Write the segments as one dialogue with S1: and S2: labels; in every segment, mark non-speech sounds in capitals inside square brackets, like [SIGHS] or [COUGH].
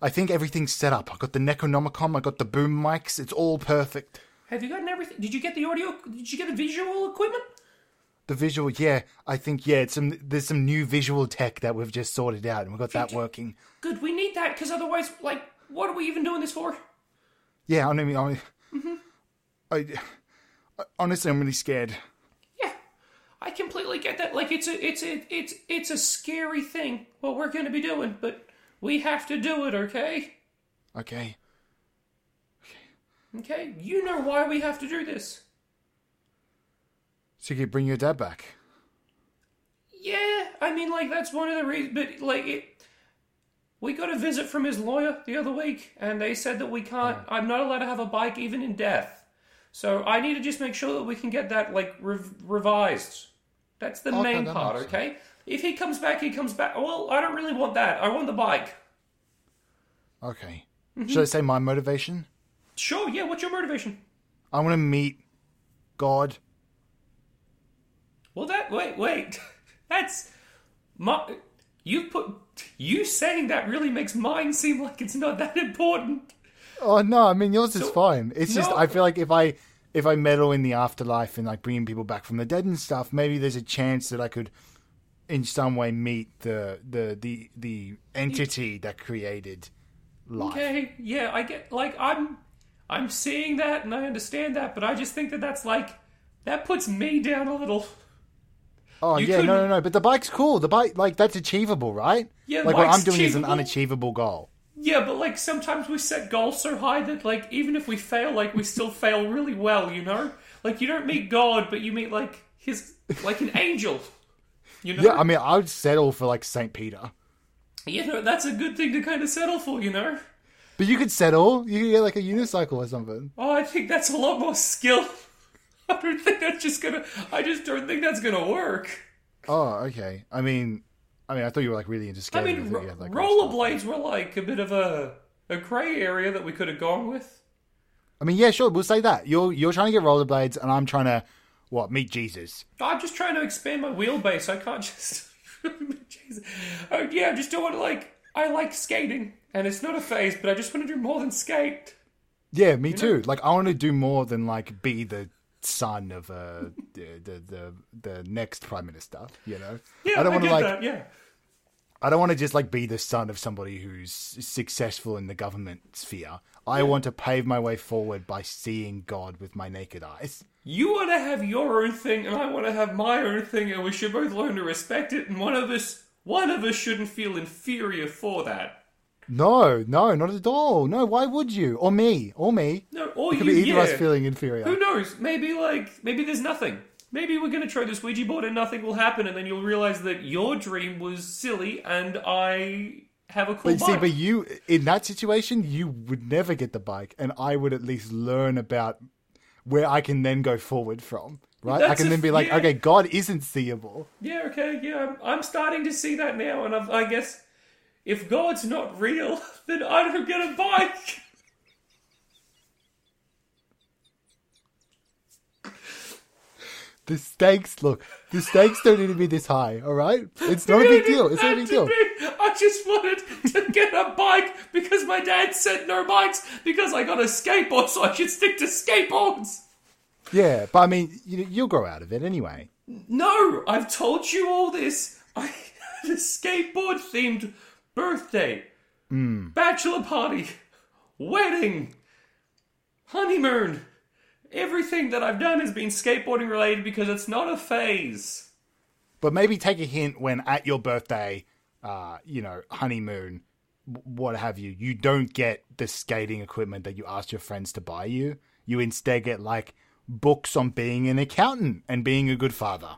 S1: I think everything's set up. I got the Necronomicon, I got the boom mics. It's all perfect.
S2: Have you gotten everything? Did you get the audio? Did you get the visual equipment?
S1: The visual, yeah, I think yeah. It's some there's some new visual tech that we've just sorted out, and we've got that working.
S2: Good, we need that because otherwise, like, what are we even doing this for?
S1: Yeah, I mean, I, I, I honestly, I'm really scared.
S2: Yeah, I completely get that. Like, it's a, it's a, it's, it's a scary thing what we're going to be doing, but we have to do it, okay?
S1: Okay,
S2: Okay, you know why we have to do this.
S1: so you could bring your dad back.
S2: Yeah, I mean, like, that's one of the reasons, but, like, it. We got a visit from his lawyer the other week, and they said that we can't,
S1: Mm.
S2: I'm not allowed to have a bike even in death. So I need to just make sure that we can get that, like, rev- revised. That's the
S1: Okay,
S2: main
S1: that
S2: part,
S1: makes
S2: okay? If he comes back, he comes back. Well, I don't really want that. I want the bike.
S1: Okay, should I say my motivation?
S2: Sure, yeah, what's your motivation?
S1: I want to meet God.
S2: Well, that wait, wait. [LAUGHS] That's my. You put you saying that really makes mine seem like it's not that important.
S1: Oh no, I mean yours is
S2: So-
S1: fine. It's just
S2: No.
S1: I feel like if I if I meddle in the afterlife and like bringing people back from the dead and stuff, maybe there's a chance that I could in some way meet the the the the entity that created life.
S2: Okay, yeah, I get like I'm, I'm seeing that and I understand that, but I just think that that's like that puts me down a little.
S1: Oh
S2: You
S1: yeah, no no
S2: couldn't-
S1: no, but the bike's cool. The bike like that's achievable, right?
S2: Yeah,
S1: like what
S2: bike's
S1: I'm doing is an
S2: achievable.
S1: unachievable goal.
S2: Yeah, but like sometimes we set goals so high that like even if we fail, like we still fail really well, you know. Like you don't meet God, but you meet like his like an angel. You know.
S1: Yeah, I mean I would settle for like Saint Peter.
S2: you know that's a good thing to kind of settle for, you know.
S1: But you could settle. You could get like a unicycle or something.
S2: Oh, I think that's a lot more skill. [LAUGHS] I don't think that's just gonna. I just don't think that's gonna work.
S1: Oh, okay. I mean I mean I thought you were like really into
S2: I
S1: skating.
S2: mean,
S1: thought
S2: ro-
S1: you had, like, all stuff.
S2: rollerblades were like a bit of a a grey area that we could have gone with.
S1: I mean, yeah, sure, we'll say that. You're you're trying to get rollerblades, and I'm trying to what meet Jesus.
S2: I'm just trying to expand my wheelbase. I can't [LAUGHS] just. Jesus. Oh yeah, I just don't want to like. I like skating, and it's not a phase, but I just want to do more than skate.
S1: Yeah, me too. Like, I want to do more than like be the son of uh, the, the the the next prime minister. You know,
S2: Yeah,
S1: I don't want
S2: want
S1: to like
S2: that. Yeah.
S1: I don't want to just like be the son of somebody who's successful in the government sphere. I want to pave my way forward by seeing God with my naked eyes.
S2: You want to have your own thing, and I want to have my own thing, and we should both learn to respect it. And one of us, one of us, shouldn't feel inferior for that.
S1: No, no, not at all. No, why would you? Or me? Or me?
S2: No, or
S1: It could
S2: you,
S1: be either
S2: yeah.
S1: of us feeling inferior.
S2: Who knows? Maybe like, maybe there's nothing. Maybe we're gonna try this Ouija board and nothing will happen, and then you'll realize that your dream was silly, and I have a cool
S1: But see,
S2: bike.
S1: but you in that situation, you would never get the bike, and I would at least learn about where I can then go forward from. Right? I
S2: That's
S1: can
S2: a-
S1: then be like,
S2: yeah.
S1: okay, God isn't seeable.
S2: yeah, okay, yeah, I'm, I'm starting to see that now, and I've, I guess if God's not real, [LAUGHS] then I don't get a bike.
S1: The stakes, look, the stakes don't need to be this high. All right, it's not a big deal. It's not a big deal.
S2: I just wanted to get a bike because my dad said no bikes because I got a skateboard, so I should stick to skateboards.
S1: Yeah, but I mean, you, you'll grow out of it anyway.
S2: No, I've told you all this. I had a skateboard themed birthday,
S1: Hmm.
S2: bachelor party, wedding, honeymoon. Everything that I've done has been skateboarding related because it's not a phase.
S1: But maybe take a hint when at your birthday, uh, you know, honeymoon, w- what have you, you don't get the skating equipment that you asked your friends to buy you. You instead get like books on being an accountant and being a good father.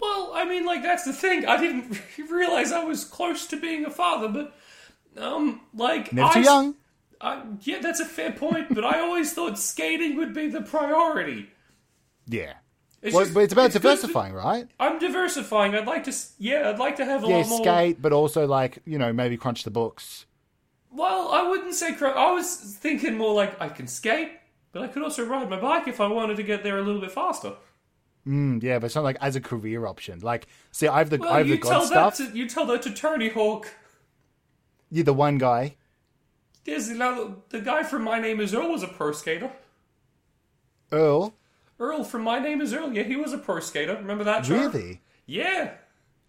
S2: Well, I mean, like that's the thing. I didn't [LAUGHS] realize I was close to being a father, but um, like
S1: Never
S2: I,
S1: too young.
S2: I- yeah, that's a fair point. but I always thought skating would be the priority.
S1: Yeah.
S2: It's
S1: Well,
S2: just-
S1: but it's about
S2: it's good to-
S1: diversifying, right?
S2: I'm diversifying. I'd like to. s- Yeah, I'd like to have a
S1: Yeah,
S2: lot more.
S1: skate, but also like, you know, maybe crunch the books.
S2: Well, I wouldn't say. Cr- I was thinking more like I can skate, but I could also ride my bike if I wanted to get there a little bit faster.
S1: Mm, yeah, but it's not like as a career option. Like, see, I have the,
S2: Well,
S1: I have
S2: you
S1: the God
S2: tell
S1: stuff.
S2: that to you tell that to Tony Hawk.
S1: You're the one guy.
S2: There's now the guy from My Name Is Earl was a pro skater.
S1: Earl.
S2: Earl from My Name Is Earl. Yeah, he was a pro skater. Remember that? Char?
S1: Really?
S2: Yeah.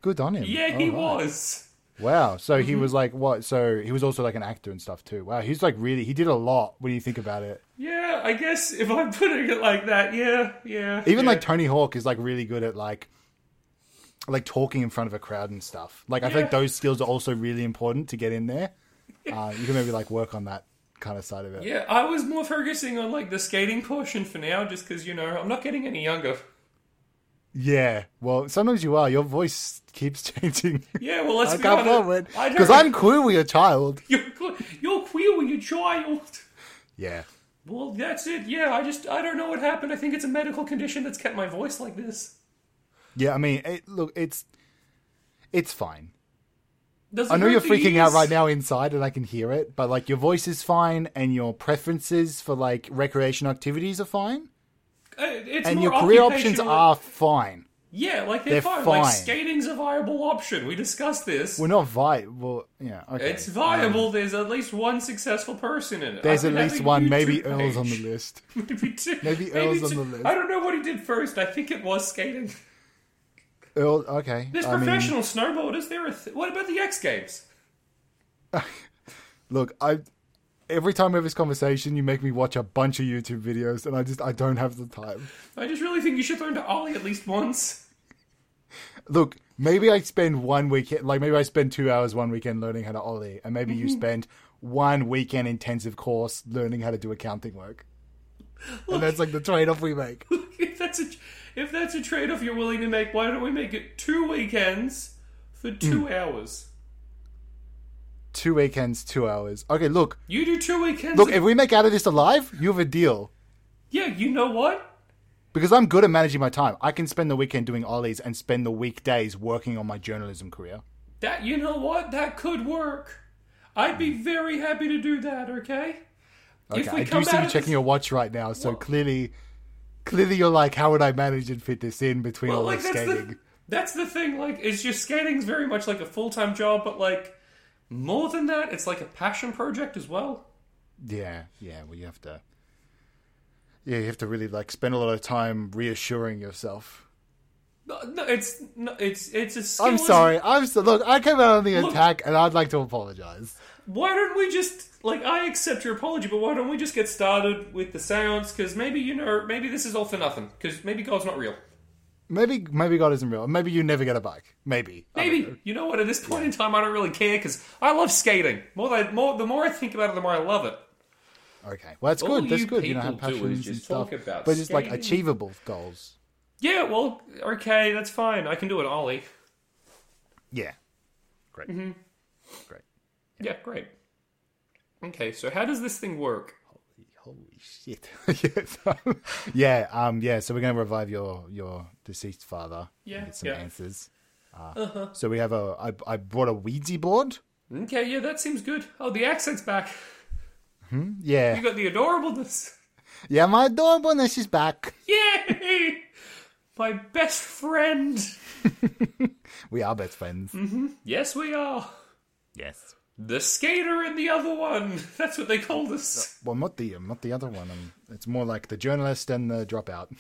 S1: Good on him.
S2: Yeah, he
S1: Alright.
S2: was.
S1: Wow. So
S2: Mm-hmm.
S1: he was like what? So he was also like an actor and stuff too. Wow. He's like really. He did a lot when you think about it.
S2: Yeah, I guess if I'm putting it like that, yeah, yeah.
S1: Even
S2: yeah.
S1: like Tony Hawk is like really good at like like talking in front of a crowd and stuff. Like I think
S2: Yeah.
S1: those skills are also really important to get in there. Uh, you can maybe like work on that kind of side of it.
S2: Yeah, I was more focusing on like the skating portion for now, just because you know I'm not getting any younger.
S1: Yeah. Well, sometimes you are. Your voice keeps [LAUGHS] changing.
S2: Yeah, well, let's
S1: I
S2: be
S1: can't
S2: honest.
S1: forward
S2: I don't-
S1: because I'm clearly a child.
S2: [LAUGHS] you're que- you're queer with your child.
S1: Yeah.
S2: Well, that's it. Yeah, I just I don't know what happened. I think it's a medical condition that's kept my voice like this.
S1: Yeah. I mean, it, look, it's it's fine.
S2: Doesn't
S1: I know
S2: hurt
S1: you're
S2: the
S1: freaking out
S2: ears.
S1: right now inside, and I can hear it. But like, your voice is fine, and your preferences for like recreation activities are fine,
S2: Uh, It's
S1: and
S2: more
S1: your career options
S2: occupational-
S1: are fine.
S2: yeah, like they're,
S1: they're
S2: fine.
S1: fine.
S2: Like skating's a viable option. We discussed this.
S1: We're not viable. Yeah. Okay. Um,
S2: It's viable. There's at least one successful person in it.
S1: There's
S2: I
S1: at
S2: could have
S1: least
S2: a
S1: one. Maybe
S2: YouTube
S1: Earl's on the
S2: page.
S1: list.
S2: [LAUGHS] Maybe two.
S1: Maybe Earl's on the list.
S2: I don't know what he did first. I think it was skating.
S1: Earl. Okay.
S2: There's
S1: I mean,
S2: professional snowboarders. There are. Th- what about the X Games?
S1: look, I. Every time we have this conversation, you make me watch a bunch of YouTube videos, and I just I don't have the time.
S2: I just really think you should learn to ollie at least once. [LAUGHS]
S1: Look, maybe I spend one weekend, like maybe I spend two hours one weekend learning how to ollie, and maybe
S2: Mm-hmm.
S1: you spend one weekend intensive course learning how to do accounting work. And that's like the trade off we make.
S2: if that's a if that's a trade off you're willing to make, why don't we make it two weekends for
S1: Hmm.
S2: two hours?
S1: two weekends, two hours. Okay, look,
S2: You do two weekends.
S1: look,
S2: of-
S1: if we make out of this alive, you have a deal.
S2: yeah, you know what?
S1: Because I'm good at managing my time. I can spend the weekend doing ollies and spend the weekdays working on my journalism career.
S2: That you know what? That could work. I'd be very happy to do that. Okay.
S1: Hmm. Okay, I do see
S2: out
S1: you
S2: of
S1: checking
S2: this-
S1: your watch right now, so clearly, clearly you're like, how would I manage and fit this in between all
S2: like
S1: this
S2: that's
S1: skating?
S2: the that's the thing. Like, it's just skating's very much like a full time job, but like more than that, it's like a passion project as well.
S1: Yeah, yeah. Well, you have to. Yeah, you have to really like spend a lot of time reassuring yourself.
S2: No, no, it's no, it's it's a skill.
S1: I'm
S2: as-
S1: sorry. I'm so, look. I came out on the
S2: Look-
S1: attack, and I'd like to apologize.
S2: Why don't we just like I accept your apology, but why don't we just get started with the sounds? Because maybe you know, maybe this is all for nothing. Because maybe God's not real.
S1: Maybe, maybe God isn't real. Maybe you never get a bike. Maybe. I don't know.
S2: Maybe you know what? At this point in time, I don't really care because I love skating. More, than, more the more I think about it, the more I love it.
S1: Oh, Okay. Well, that's
S2: All
S1: good. That's
S2: you
S1: good. You know, have
S2: people do is
S1: passions and
S2: just
S1: stuff,
S2: talk about
S1: but just like
S2: skating.
S1: achievable goals.
S2: Yeah, well, okay, that's fine. I can do it, Ollie.
S1: Yeah. Great. Great.
S2: Yeah, great. Okay, so how does this thing work?
S1: Holy shit. [LAUGHS] yes. um, yeah. Um. Yeah. So we're gonna revive your your deceased father. and
S2: Yeah,
S1: Get some
S2: yeah. Uh-huh.
S1: answers. Uh, So we have a. I I brought a Ouija board.
S2: Okay, yeah, that seems good. Oh, the accent's back.
S1: Yeah.
S2: You got the adorableness. [LAUGHS]
S1: Yeah, my adorableness is back.
S2: Yay! My best friend.
S1: We are best friends.
S2: Mm. Yes, we are.
S1: Yes.
S2: The skater and the other one. [LAUGHS] That's what they called us.
S1: Well, not the not the other one. Um, it's more like the journalist and the dropout.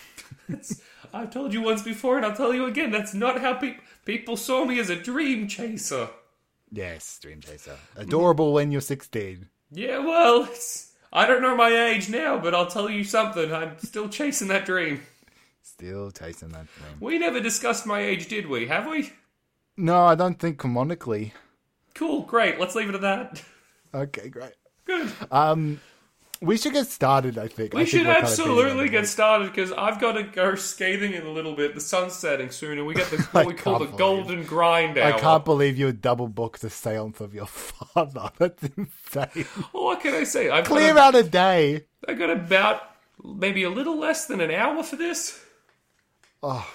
S2: I've told you once before, and I'll tell you again. That's not how peop people saw me as a dream chaser.
S1: Yes, Dream Chaser. Adorable when you're 16.
S2: Yeah, well, it's, I don't know my age now, but I'll tell you something. I'm still chasing that dream.
S1: Still chasing that dream.
S2: We never discussed my age, did we? Have we?
S1: No, I don't think canonically.
S2: Cool, great. Let's leave it at that.
S1: Okay, great.
S2: Good.
S1: Um, we should get started. I think. I
S2: we
S1: think
S2: should
S1: we're kind of
S2: absolutely
S1: beating on
S2: get started because I've got to go skating in a little bit. The sun's setting soon, and
S1: [LAUGHS]
S2: we get the,
S1: I
S2: what we call the
S1: can't believe-
S2: golden grind
S1: the-
S2: hour.
S1: I can't believe you double booked the seance of your [LAUGHS] father. That's insane.
S2: Well, what can I say? I've got,
S1: Clear
S2: a-
S1: out a day.
S2: I've got about maybe a little less than an hour for this.
S1: Oh,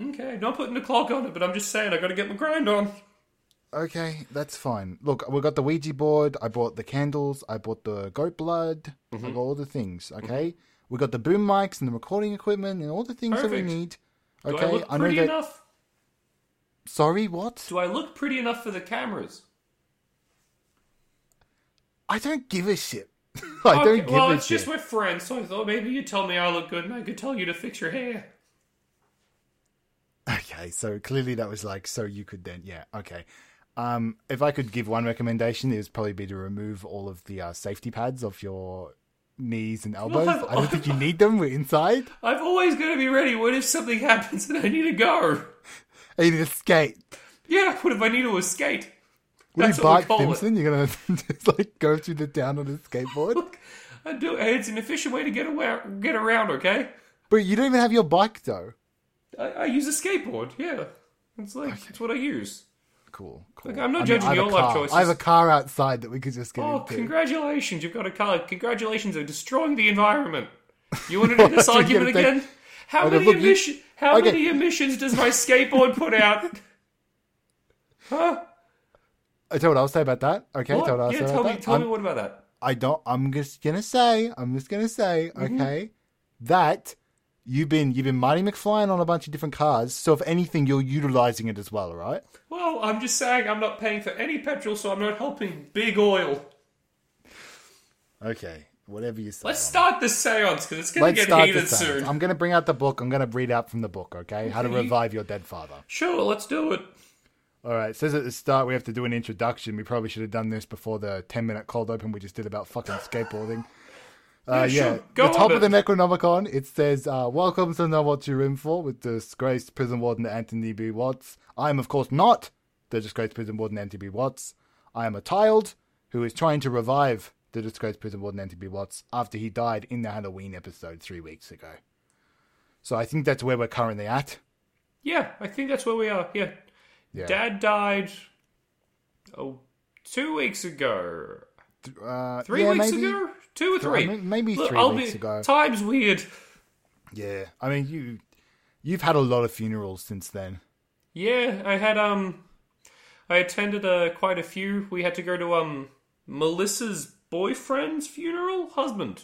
S2: Okay, not putting a clock on it, but I'm just saying I got to get my grind on.
S1: Okay, that's fine. Look, we got the Ouija board. I bought the candles. I bought the goat blood.
S2: Mm-hmm.
S1: I got all the things. Okay, we got the boom mics and the recording equipment and all the things that we
S2: Perfect.
S1: need.
S2: Do
S1: Okay,
S2: I look pretty enough?
S1: Sorry, what?
S2: Do I look pretty enough for the cameras?
S1: I don't give a shit. [LAUGHS] I don't give
S2: well,
S1: a
S2: it's
S1: shit.
S2: just we're friends, so I thought maybe you'd tell me I look good and I could tell you to fix your hair.
S1: Okay, so clearly that was like so you could then yeah okay. Um, if I could give one recommendation, it would probably be to remove all of the uh, safety pads off your knees and elbows.
S2: I've-
S1: I don't think
S2: [LAUGHS]
S1: you need them. We're inside.
S2: I've always got to be ready. What if something [LAUGHS] happens and I need to go?
S1: I need to skate.
S2: Yeah, what if I need to escape?
S1: What
S2: That's
S1: you
S2: what we
S1: Bart
S2: call it.
S1: Simpson? You're gonna [LAUGHS] just like go through the town on a
S2: [LAUGHS]
S1: skateboard,
S2: I do. hey, It's an efficient way to get away, get around. Okay,
S1: but you don't even have your bike though.
S2: I, I use a skateboard. Yeah, it's like it's what I use.
S1: Cool. cool.
S2: Look, I'm not
S1: I mean,
S2: judging
S1: I have a
S2: your life
S1: car.
S2: choices.
S1: I have a car outside that we could just get
S2: Oh,
S1: into.
S2: congratulations! You've got a car. Congratulations on destroying the environment.
S1: [LAUGHS]
S2: You want to do this
S1: That's what you're
S2: argument
S1: gonna
S2: again? How
S1: Okay,
S2: many
S1: look, you-
S2: emissions? How
S1: okay.
S2: many emissions does my skateboard put
S1: [LAUGHS]
S2: out? Huh?
S1: I tell you what I'll say about that. Okay,
S2: What?
S1: tell you what I'll say
S2: Yeah,
S1: about
S2: tell me.
S1: that.
S2: Tell
S1: I'm-
S2: me what about that?
S1: I don't. I'm just gonna say. I'm just gonna say.
S2: Mm-hmm.
S1: Okay, that you've been you've been Marty McFlying on a bunch of different cars. So if anything, you're utilizing it as well, right?
S2: Well, I'm just saying I'm not paying for any petrol, so I'm not helping big oil.
S1: Okay, whatever you say.
S2: Let's start the seance because it's going
S1: Let's
S2: to get
S1: start the
S2: heated
S1: seance.
S2: soon.
S1: I'm gonna bring out the book. I'm gonna read out from the book. Okay, how to
S2: Okay.
S1: revive your dead father.
S2: Sure, let's do it.
S1: All right. It says at the start we have to do an introduction. We probably should have done this before the ten minute cold open we just did about fucking
S2: [LAUGHS]
S1: skateboarding. Uh,
S2: Yeah,
S1: yeah,
S2: sure. Go
S1: the top
S2: on
S1: of the
S2: then.
S1: Necronomicon, it says, uh, Welcome to Know What You're In For with disgraced prison warden Anthony B. Watts. I am, of course, not the disgraced prison warden Anthony B. Watts. I am a child who is trying to revive the disgraced prison warden Anthony B. Watts after he died in the Halloween episode three weeks ago. So I think that's where we're currently at.
S2: Yeah, I think that's where we are. Yeah.
S1: Yeah.
S2: Dad died oh, two weeks ago.
S1: Uh,
S2: Three
S1: yeah,
S2: weeks
S1: maybe-
S2: ago? Two or three?
S1: may- maybe three weeks ago.
S2: Time's weird.
S1: Yeah. I mean, you, you've had a lot of funerals since then.
S2: Yeah, I had, um, I attended uh, quite a few. We had to go to, um, Melissa's boyfriend's funeral? Husband.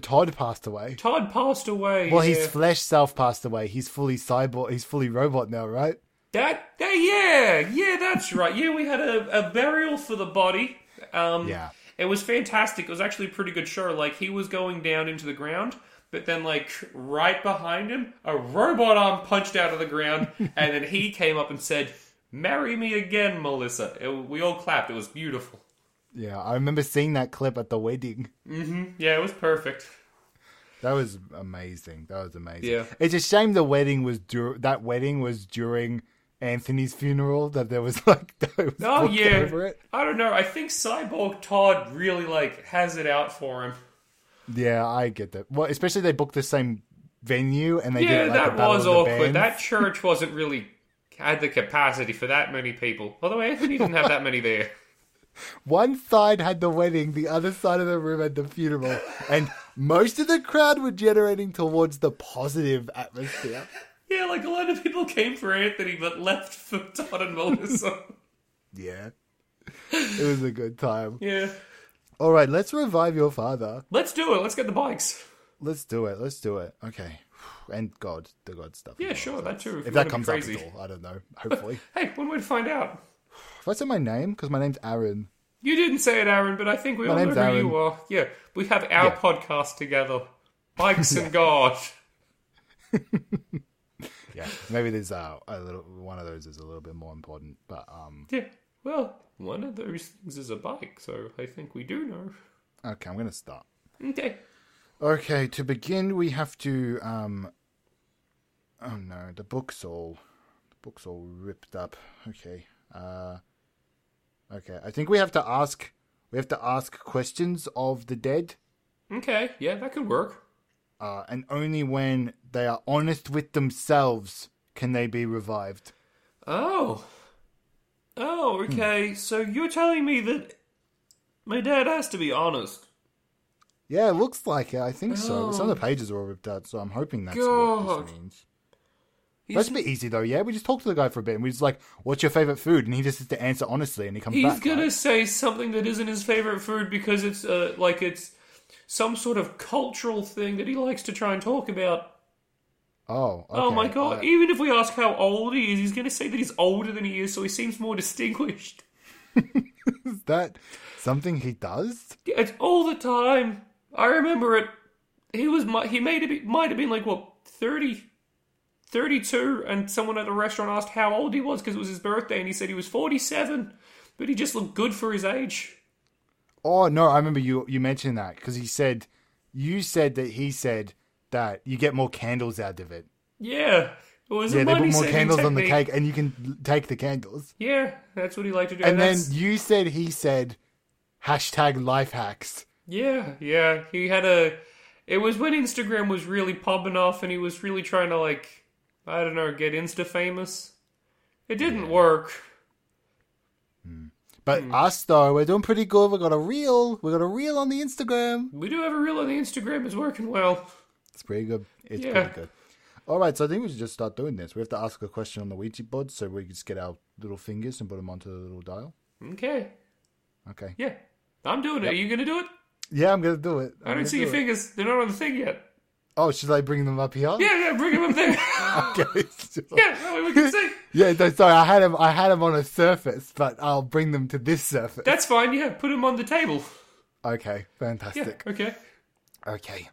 S1: Todd passed away.
S2: Todd passed away.
S1: Well,
S2: yeah.
S1: his flesh self passed away. He's fully cyborg. He's fully robot now, right?
S2: That, that yeah, yeah, that's right. Yeah, we had a, a burial for the body. Um,
S1: Yeah.
S2: it was fantastic. It was actually a pretty good show. Like he was going down into the ground, but then like right behind him, a robot arm punched out of
S1: [LAUGHS]
S2: the ground, and then he came up and said, "Marry me again, Melissa." It- we all clapped. It was beautiful.
S1: Yeah, I remember seeing that clip at the wedding.
S2: Yeah, it was perfect.
S1: That was amazing. That was amazing.
S2: Yeah.
S1: It's a shame the wedding was dur- that wedding was during Anthony's funeral that there was [LAUGHS] like that it was
S2: Oh
S1: booked
S2: yeah.
S1: over it.
S2: I don't know. I think Cyborg Todd really like has it out for him.
S1: Yeah, I get that. Well, especially they booked the same venue and they
S2: Yeah,
S1: did like a
S2: that
S1: battle
S2: was
S1: of the
S2: awkward.
S1: bands.
S2: That church wasn't really had the capacity for that many people. Although Anthony didn't have that many there.
S1: One side had the wedding, the other side of the room had the funeral, and most of the crowd were generating towards the positive atmosphere.
S2: Yeah, like a lot of people came for Anthony but left for [LAUGHS] Todd and Melissa.
S1: Yeah. It was a good time.
S2: yeah.
S1: All right, let's revive your father.
S2: Let's do it. Let's get the bikes.
S1: Let's do it. Let's do it. Okay. And God, the God stuff.
S2: Yeah, sure, that too.
S1: If
S2: you
S1: that
S2: wanna be
S1: comes up at all, I don't know. Hopefully.
S2: Hey, one way to find out.
S1: if I say my name, because my name's Aaron.
S2: You didn't say it, Aaron, but I think we all know
S1: name's
S2: who
S1: Aaron.
S2: you are. Yeah, we have our
S1: Yeah.
S2: podcast together. Bikes
S1: [LAUGHS]
S2: and God.
S1: Yeah. Maybe there's uh, a little one of those is a little bit more important, but um.
S2: Yeah. Well, one of those things is a bike, so I think we do know.
S1: Okay, I'm gonna start.
S2: Okay.
S1: Okay, to begin, we have to um. Oh no, the book's all, the book's all ripped up. Okay, uh, okay. I think we have to ask. We have to ask questions of the dead,
S2: Okay. Yeah, that could work.
S1: uh, and only when they are honest with themselves can they be revived.
S2: Oh. Oh,
S1: Hmm.
S2: okay. So you're telling me that my dad has to be honest.
S1: Yeah, it looks like it. I think so. Some of the pages are all ripped out, so I'm hoping that's what
S2: Oh. God.
S1: this means.
S2: He's-
S1: That's a bit easy though. Yeah, we just talk to the guy for a bit, and we just like, "What's your favorite food?" And he just has to answer honestly, and he comes
S2: He's
S1: back.
S2: gonna
S1: right?
S2: say something that isn't his favorite food because it's uh, like it's some sort of cultural thing that he likes to try and talk about.
S1: Oh, okay.
S2: oh my god!
S1: Uh,
S2: Even if we ask how old he is, he's gonna say that he's older than he is, so he seems more distinguished. [LAUGHS]
S1: Is that something he does?
S2: It's all the time. I remember it. He was mi- he made it might have been like what 30 32 and someone at the restaurant asked how old he was because it was his birthday and he said he was 47, but he just looked good for his age.
S1: Oh no, I remember you you mentioned that because he said you said that he said that you get more candles out of it.
S2: Yeah. It was
S1: Yeah,
S2: a
S1: they put
S2: money
S1: more
S2: saving
S1: candles on the
S2: technique.
S1: cake, and you can l- take the candles.
S2: Yeah, that's what he liked to do.
S1: And then
S2: that's-
S1: you said he said hashtag life hacks.
S2: Yeah, yeah. He had a. It was when Instagram was really popping off and he was really trying to, like, I don't know, get Insta famous. It didn't work.
S1: But
S2: Hmm.
S1: us though, we're doing pretty good. We got a reel. We got a reel on the Instagram.
S2: We do have a reel on the Instagram is working well.
S1: It's pretty good. It's
S2: Yeah.
S1: pretty good. All right, so I think we should just start doing this. We have to ask a question on the Ouija board, so we just get our little fingers and put them onto the little dial.
S2: Okay.
S1: Okay.
S2: Yeah. I'm doing it. Are you going to do it?
S1: Yeah, I'm gonna do it.
S2: I don't see your fingers. They're not on the thing yet.
S1: Oh, should I bring them up here?
S2: Yeah, yeah, bring them up there.
S1: [LAUGHS] Okay. sure.
S2: [LAUGHS] yeah, that way we can see.
S1: Yeah, no, sorry, I had him. I had him on a surface, but I'll bring them to this surface.
S2: That's fine. Yeah, put them on the table.
S1: Okay,
S2: Yeah,
S1: fantastic.
S2: okay.
S1: Okay.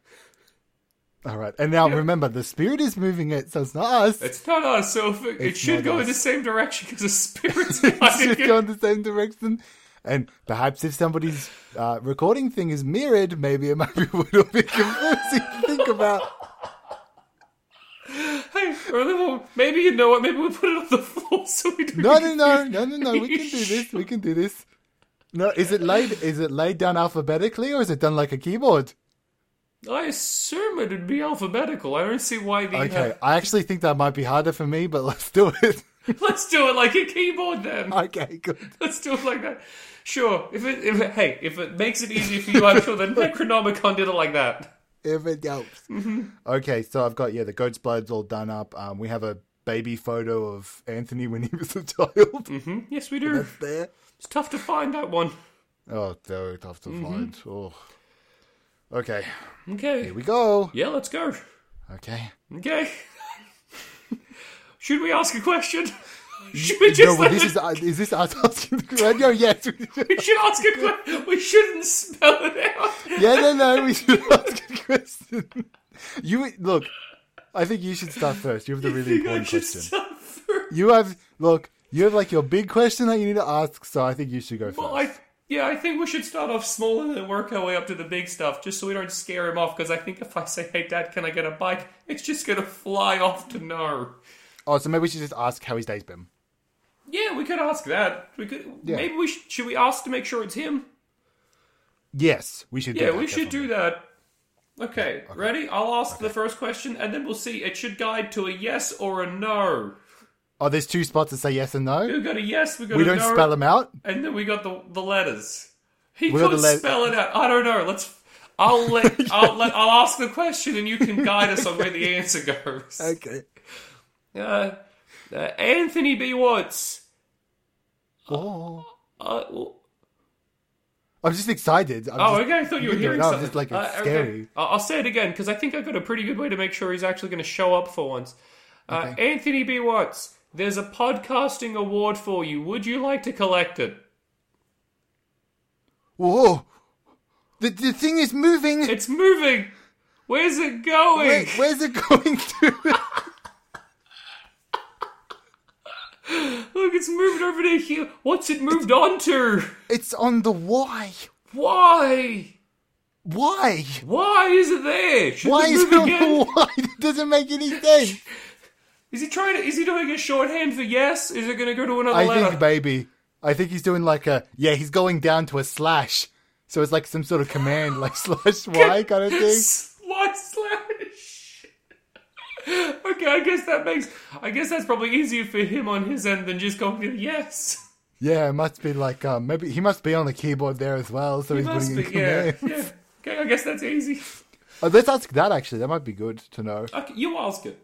S1: All right, and now remember, the spirit is moving it, so it's not us.
S2: It's not us, so if it, it
S1: It's
S2: should
S1: not
S2: go in
S1: us.
S2: the same direction because the
S1: [LAUGHS]
S2: spirit's
S1: It's
S2: behind
S1: just
S2: it.
S1: going the same direction. And perhaps if somebody's uh, recording thing is mirrored, maybe it might be [LAUGHS] a little bit confusing to think about.
S2: Hey, or then we'll, maybe you know what? Maybe we'll put it on the floor [LAUGHS] so we don't.
S1: No, no,
S2: [LAUGHS]
S1: no, no, no, no. We can do this. We can do this. No, is it laid? Is it laid down alphabetically, or is it done like a keyboard?
S2: I assume it'd be alphabetical. I don't see why the.
S1: Okay, I actually think that might be harder for me, but [LAUGHS] let's do it.
S2: uh, [LAUGHS] let's do it like a keyboard then.
S1: okay, good.
S2: Let's do it like that. Sure. If it, if it, hey, if it makes it easier for you, I'm
S1: [LAUGHS]
S2: sure the Necronomicon did it like that.
S1: If it helps.
S2: Mm-hmm.
S1: Okay, so I've got yeah, the goat's blood's all done up. Um, we have a baby photo of Anthony when he [LAUGHS] was a child
S2: Hmm? Yes, we do.
S1: there.
S2: It's tough to find that one.
S1: Oh, so tough
S2: Mm-hmm.
S1: to find. Oh. Okay,
S2: Okay.
S1: here we go.
S2: Yeah, let's go.
S1: Okay.
S2: Okay. [LAUGHS] Should we ask
S1: [LAUGHS]
S2: a question? Should we just
S1: no,
S2: [LAUGHS]
S1: well,
S2: let
S1: this
S2: it-
S1: is uh, is this us asking the question? [LAUGHS] No, yes. we should.
S2: we should ask a question. We shouldn't spell it out.
S1: Yeah, no, no. We should [LAUGHS] ask a question. You look. I think you should start first. You have the really
S2: I
S1: important
S2: should
S1: question.
S2: start first.
S1: You have look. You have like your big question that you need to ask. So I think you should go first.
S2: Well, I yeah, I think we should start off small and then work our way up to the big stuff, just so we don't scare him off. Because I think if I say, "Hey, Dad, can I get a bike?" it's just gonna fly off to no.
S1: Oh, so maybe we should just ask how his day's been.
S2: Yeah, we could ask that. We could maybe we should, should we ask to make sure it's him.
S1: Yes, we should.
S2: Yeah,
S1: do that,
S2: we should do that. Okay, ready? I'll ask the first question, and then we'll see. It should guide to a yes or a no.
S1: Oh, there's two spots that say yes and no.
S2: We got a yes. We got
S1: We
S2: a
S1: don't
S2: no.
S1: spell them out.
S2: And then we got the the letters. He
S1: got the
S2: couldn't
S1: let-
S2: spell it out. I don't know. Let's. I'll
S1: [LAUGHS]
S2: let. I'll let. I'll ask the question, and you can guide us on where the answer goes.
S1: Okay.
S2: Uh, uh, Anthony B. Watts.
S1: Oh,
S2: Uh, w-
S1: I'm just excited. I'm
S2: oh,
S1: just,
S2: okay. I thought you were
S1: can do it.
S2: hearing
S1: No, it's
S2: something.
S1: just like it's
S2: Uh, okay.
S1: scary.
S2: I'll, I'll say it again because I think I got a pretty good way to make sure he's actually going to show up for once. Uh, Anthony B. Watts. There's a podcasting award for you. Would you like to collect it?
S1: Whoa, the the thing is moving.
S2: It's moving. Where's it going?
S1: Wait, where's it [LAUGHS] going to?
S2: Look, it's moved over to here. What's it moved on to?
S1: it's on the Y.
S2: Why?
S1: Why?
S2: Why is it there?
S1: [LAUGHS]
S2: Should
S1: Why is
S2: move
S1: it on
S2: again?
S1: the Y? It doesn't make any
S2: [LAUGHS]
S1: sense.
S2: Is he trying to? Is he doing a shorthand for yes? Is it going to go to another
S1: I
S2: letter? [LAUGHS]
S1: think maybe. I think he's doing like a yeah. He's going down to a slash. So it's like some sort of command, [LAUGHS] like slash Y kind of
S2: [LAUGHS]
S1: thing.
S2: Slice slash. [LAUGHS] okay, I guess that makes. I guess that's probably easier for him on his end than just going to yes.
S1: Yeah, it must be like um, maybe he must be on the keyboard there as well, so he's
S2: Must
S1: putting
S2: be.
S1: in
S2: Yeah.
S1: command. [LAUGHS]
S2: Yeah. Okay, I guess that's easy.
S1: Oh, let's ask that actually. That might be good to know.
S2: Okay, you ask it.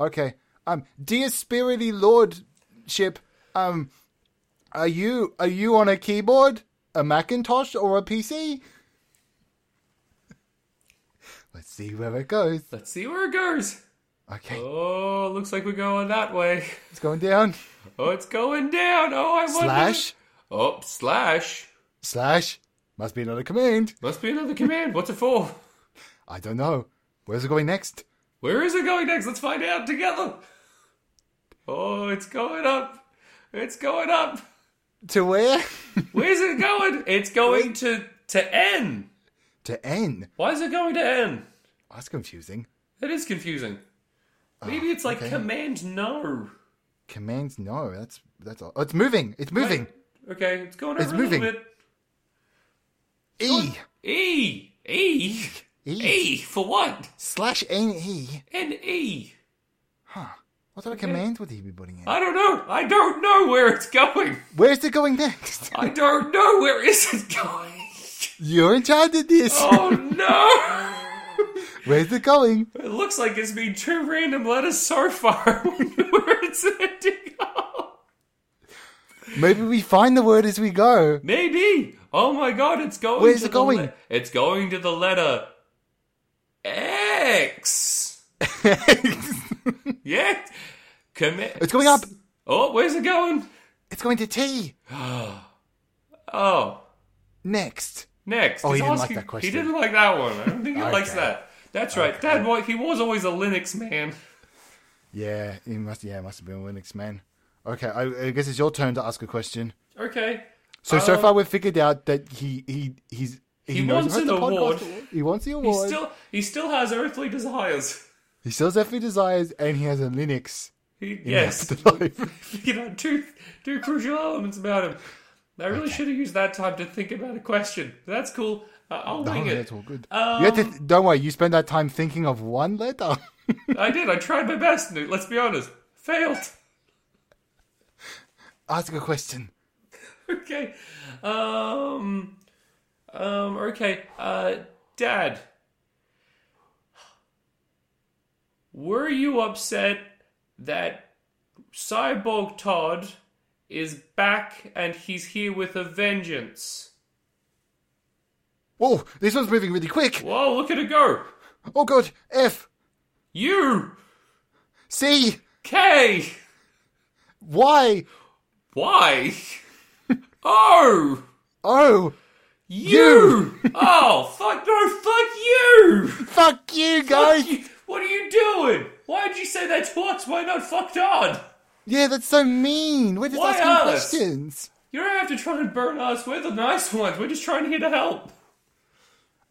S1: Okay. Um, dear spirity lordship, um, are you are you on a keyboard, a Macintosh, or a PC? [LAUGHS] Let's see where it goes.
S2: Let's see where it goes.
S1: Okay,
S2: Oh, looks like we're going that way.
S1: it's going down.
S2: Oh, it's going down. Oh, I wonder.
S1: Slash
S2: Oh, slash.
S1: Slash must be another command.
S2: Must be another command. What's it for?
S1: I don't know. Where's it going next?
S2: Where is it going next? Let's find out together. Oh, it's going up. It's going up.
S1: To where? [LAUGHS]
S2: Where's it going? It's going to to N.
S1: to N. Oh,
S2: Why is it going to N?
S1: That's confusing.
S2: That is confusing. Maybe it's like command no.
S1: Commands? No, that's that's all. Oh, it's moving. It's moving.
S2: Okay, it's going over
S1: It's
S2: a
S1: moving.
S2: little
S1: E
S2: bit. E. E.
S1: E.
S2: E for what?
S1: slash N E.
S2: N E.
S1: What sort of command would he be putting in?
S2: I don't know. I don't know where it's going.
S1: Where's it going next?
S2: I don't know where is it going.
S1: [LAUGHS] You're in charge of this.
S2: Oh no!
S1: Where's it going?
S2: It looks like it's been too random. Let us so far [LAUGHS] where it's ending up.
S1: Maybe we find the word as we go.
S2: Maybe. Oh my god, it's going.
S1: Where's
S2: to
S1: it
S2: the le-
S1: going?
S2: it's going to the letter X.
S1: [LAUGHS] it's
S2: Yeah. Commit.
S1: going up.
S2: Oh, where's it going?
S1: It's going to T.
S2: Oh,
S1: Next.
S2: next.
S1: Oh, he
S2: He's
S1: didn't like
S2: asking-
S1: that question.
S2: He didn't like that one. I don't
S1: [LAUGHS]
S2: think he likes
S1: Okay.
S2: that. That's right. Dad, boy, he was always a Linux man.
S1: Yeah, it must. Yeah, it must have been Linux, man. Okay, I, I guess it's your turn to ask a question.
S2: Okay.
S1: So so
S2: Um,
S1: far we've figured out that he he he's he, knows
S2: wants
S1: about
S2: an
S1: the podcast
S2: award.
S1: He wants the
S2: He
S1: award.
S2: still, he still has earthly desires.
S1: he still has every desires, and he has a Linux.
S2: He,
S1: in [LAUGHS]
S2: yes. [LAUGHS]
S1: afterlife.
S2: you know, two two crucial elements about him. I really should have used that time to think about a question. That's cool. I I'll
S1: oh,
S2: wing it.
S1: that's all good. you had to
S2: Um,
S1: th- don't worry. You spend that time thinking of one letter. [LAUGHS]
S2: I did. I tried my best. Newt, Let's be honest. Failed. [LAUGHS]
S1: ask a question.
S2: Okay. Um. Um. Okay. Uh. Dad. Were you upset that Cyborg Todd is back and he's here with a vengeance?
S1: Whoa, this one's moving really quick.
S2: Whoa! Look at it go.
S1: Oh god, F
S2: You
S1: C
S2: K
S1: Y [LAUGHS]
S2: Y O
S1: O.
S2: U. Oh fuck no! Fuck you!
S1: Fuck you [LAUGHS] guys.
S2: Fuck you! What are you doing? Why did you say that to us? Why not fuck Todd?
S1: Yeah, that's so mean. We're just
S2: Why
S1: asking
S2: us?
S1: questions.
S2: You don't have to try and burn us. We're the nice ones. We're just trying here to help.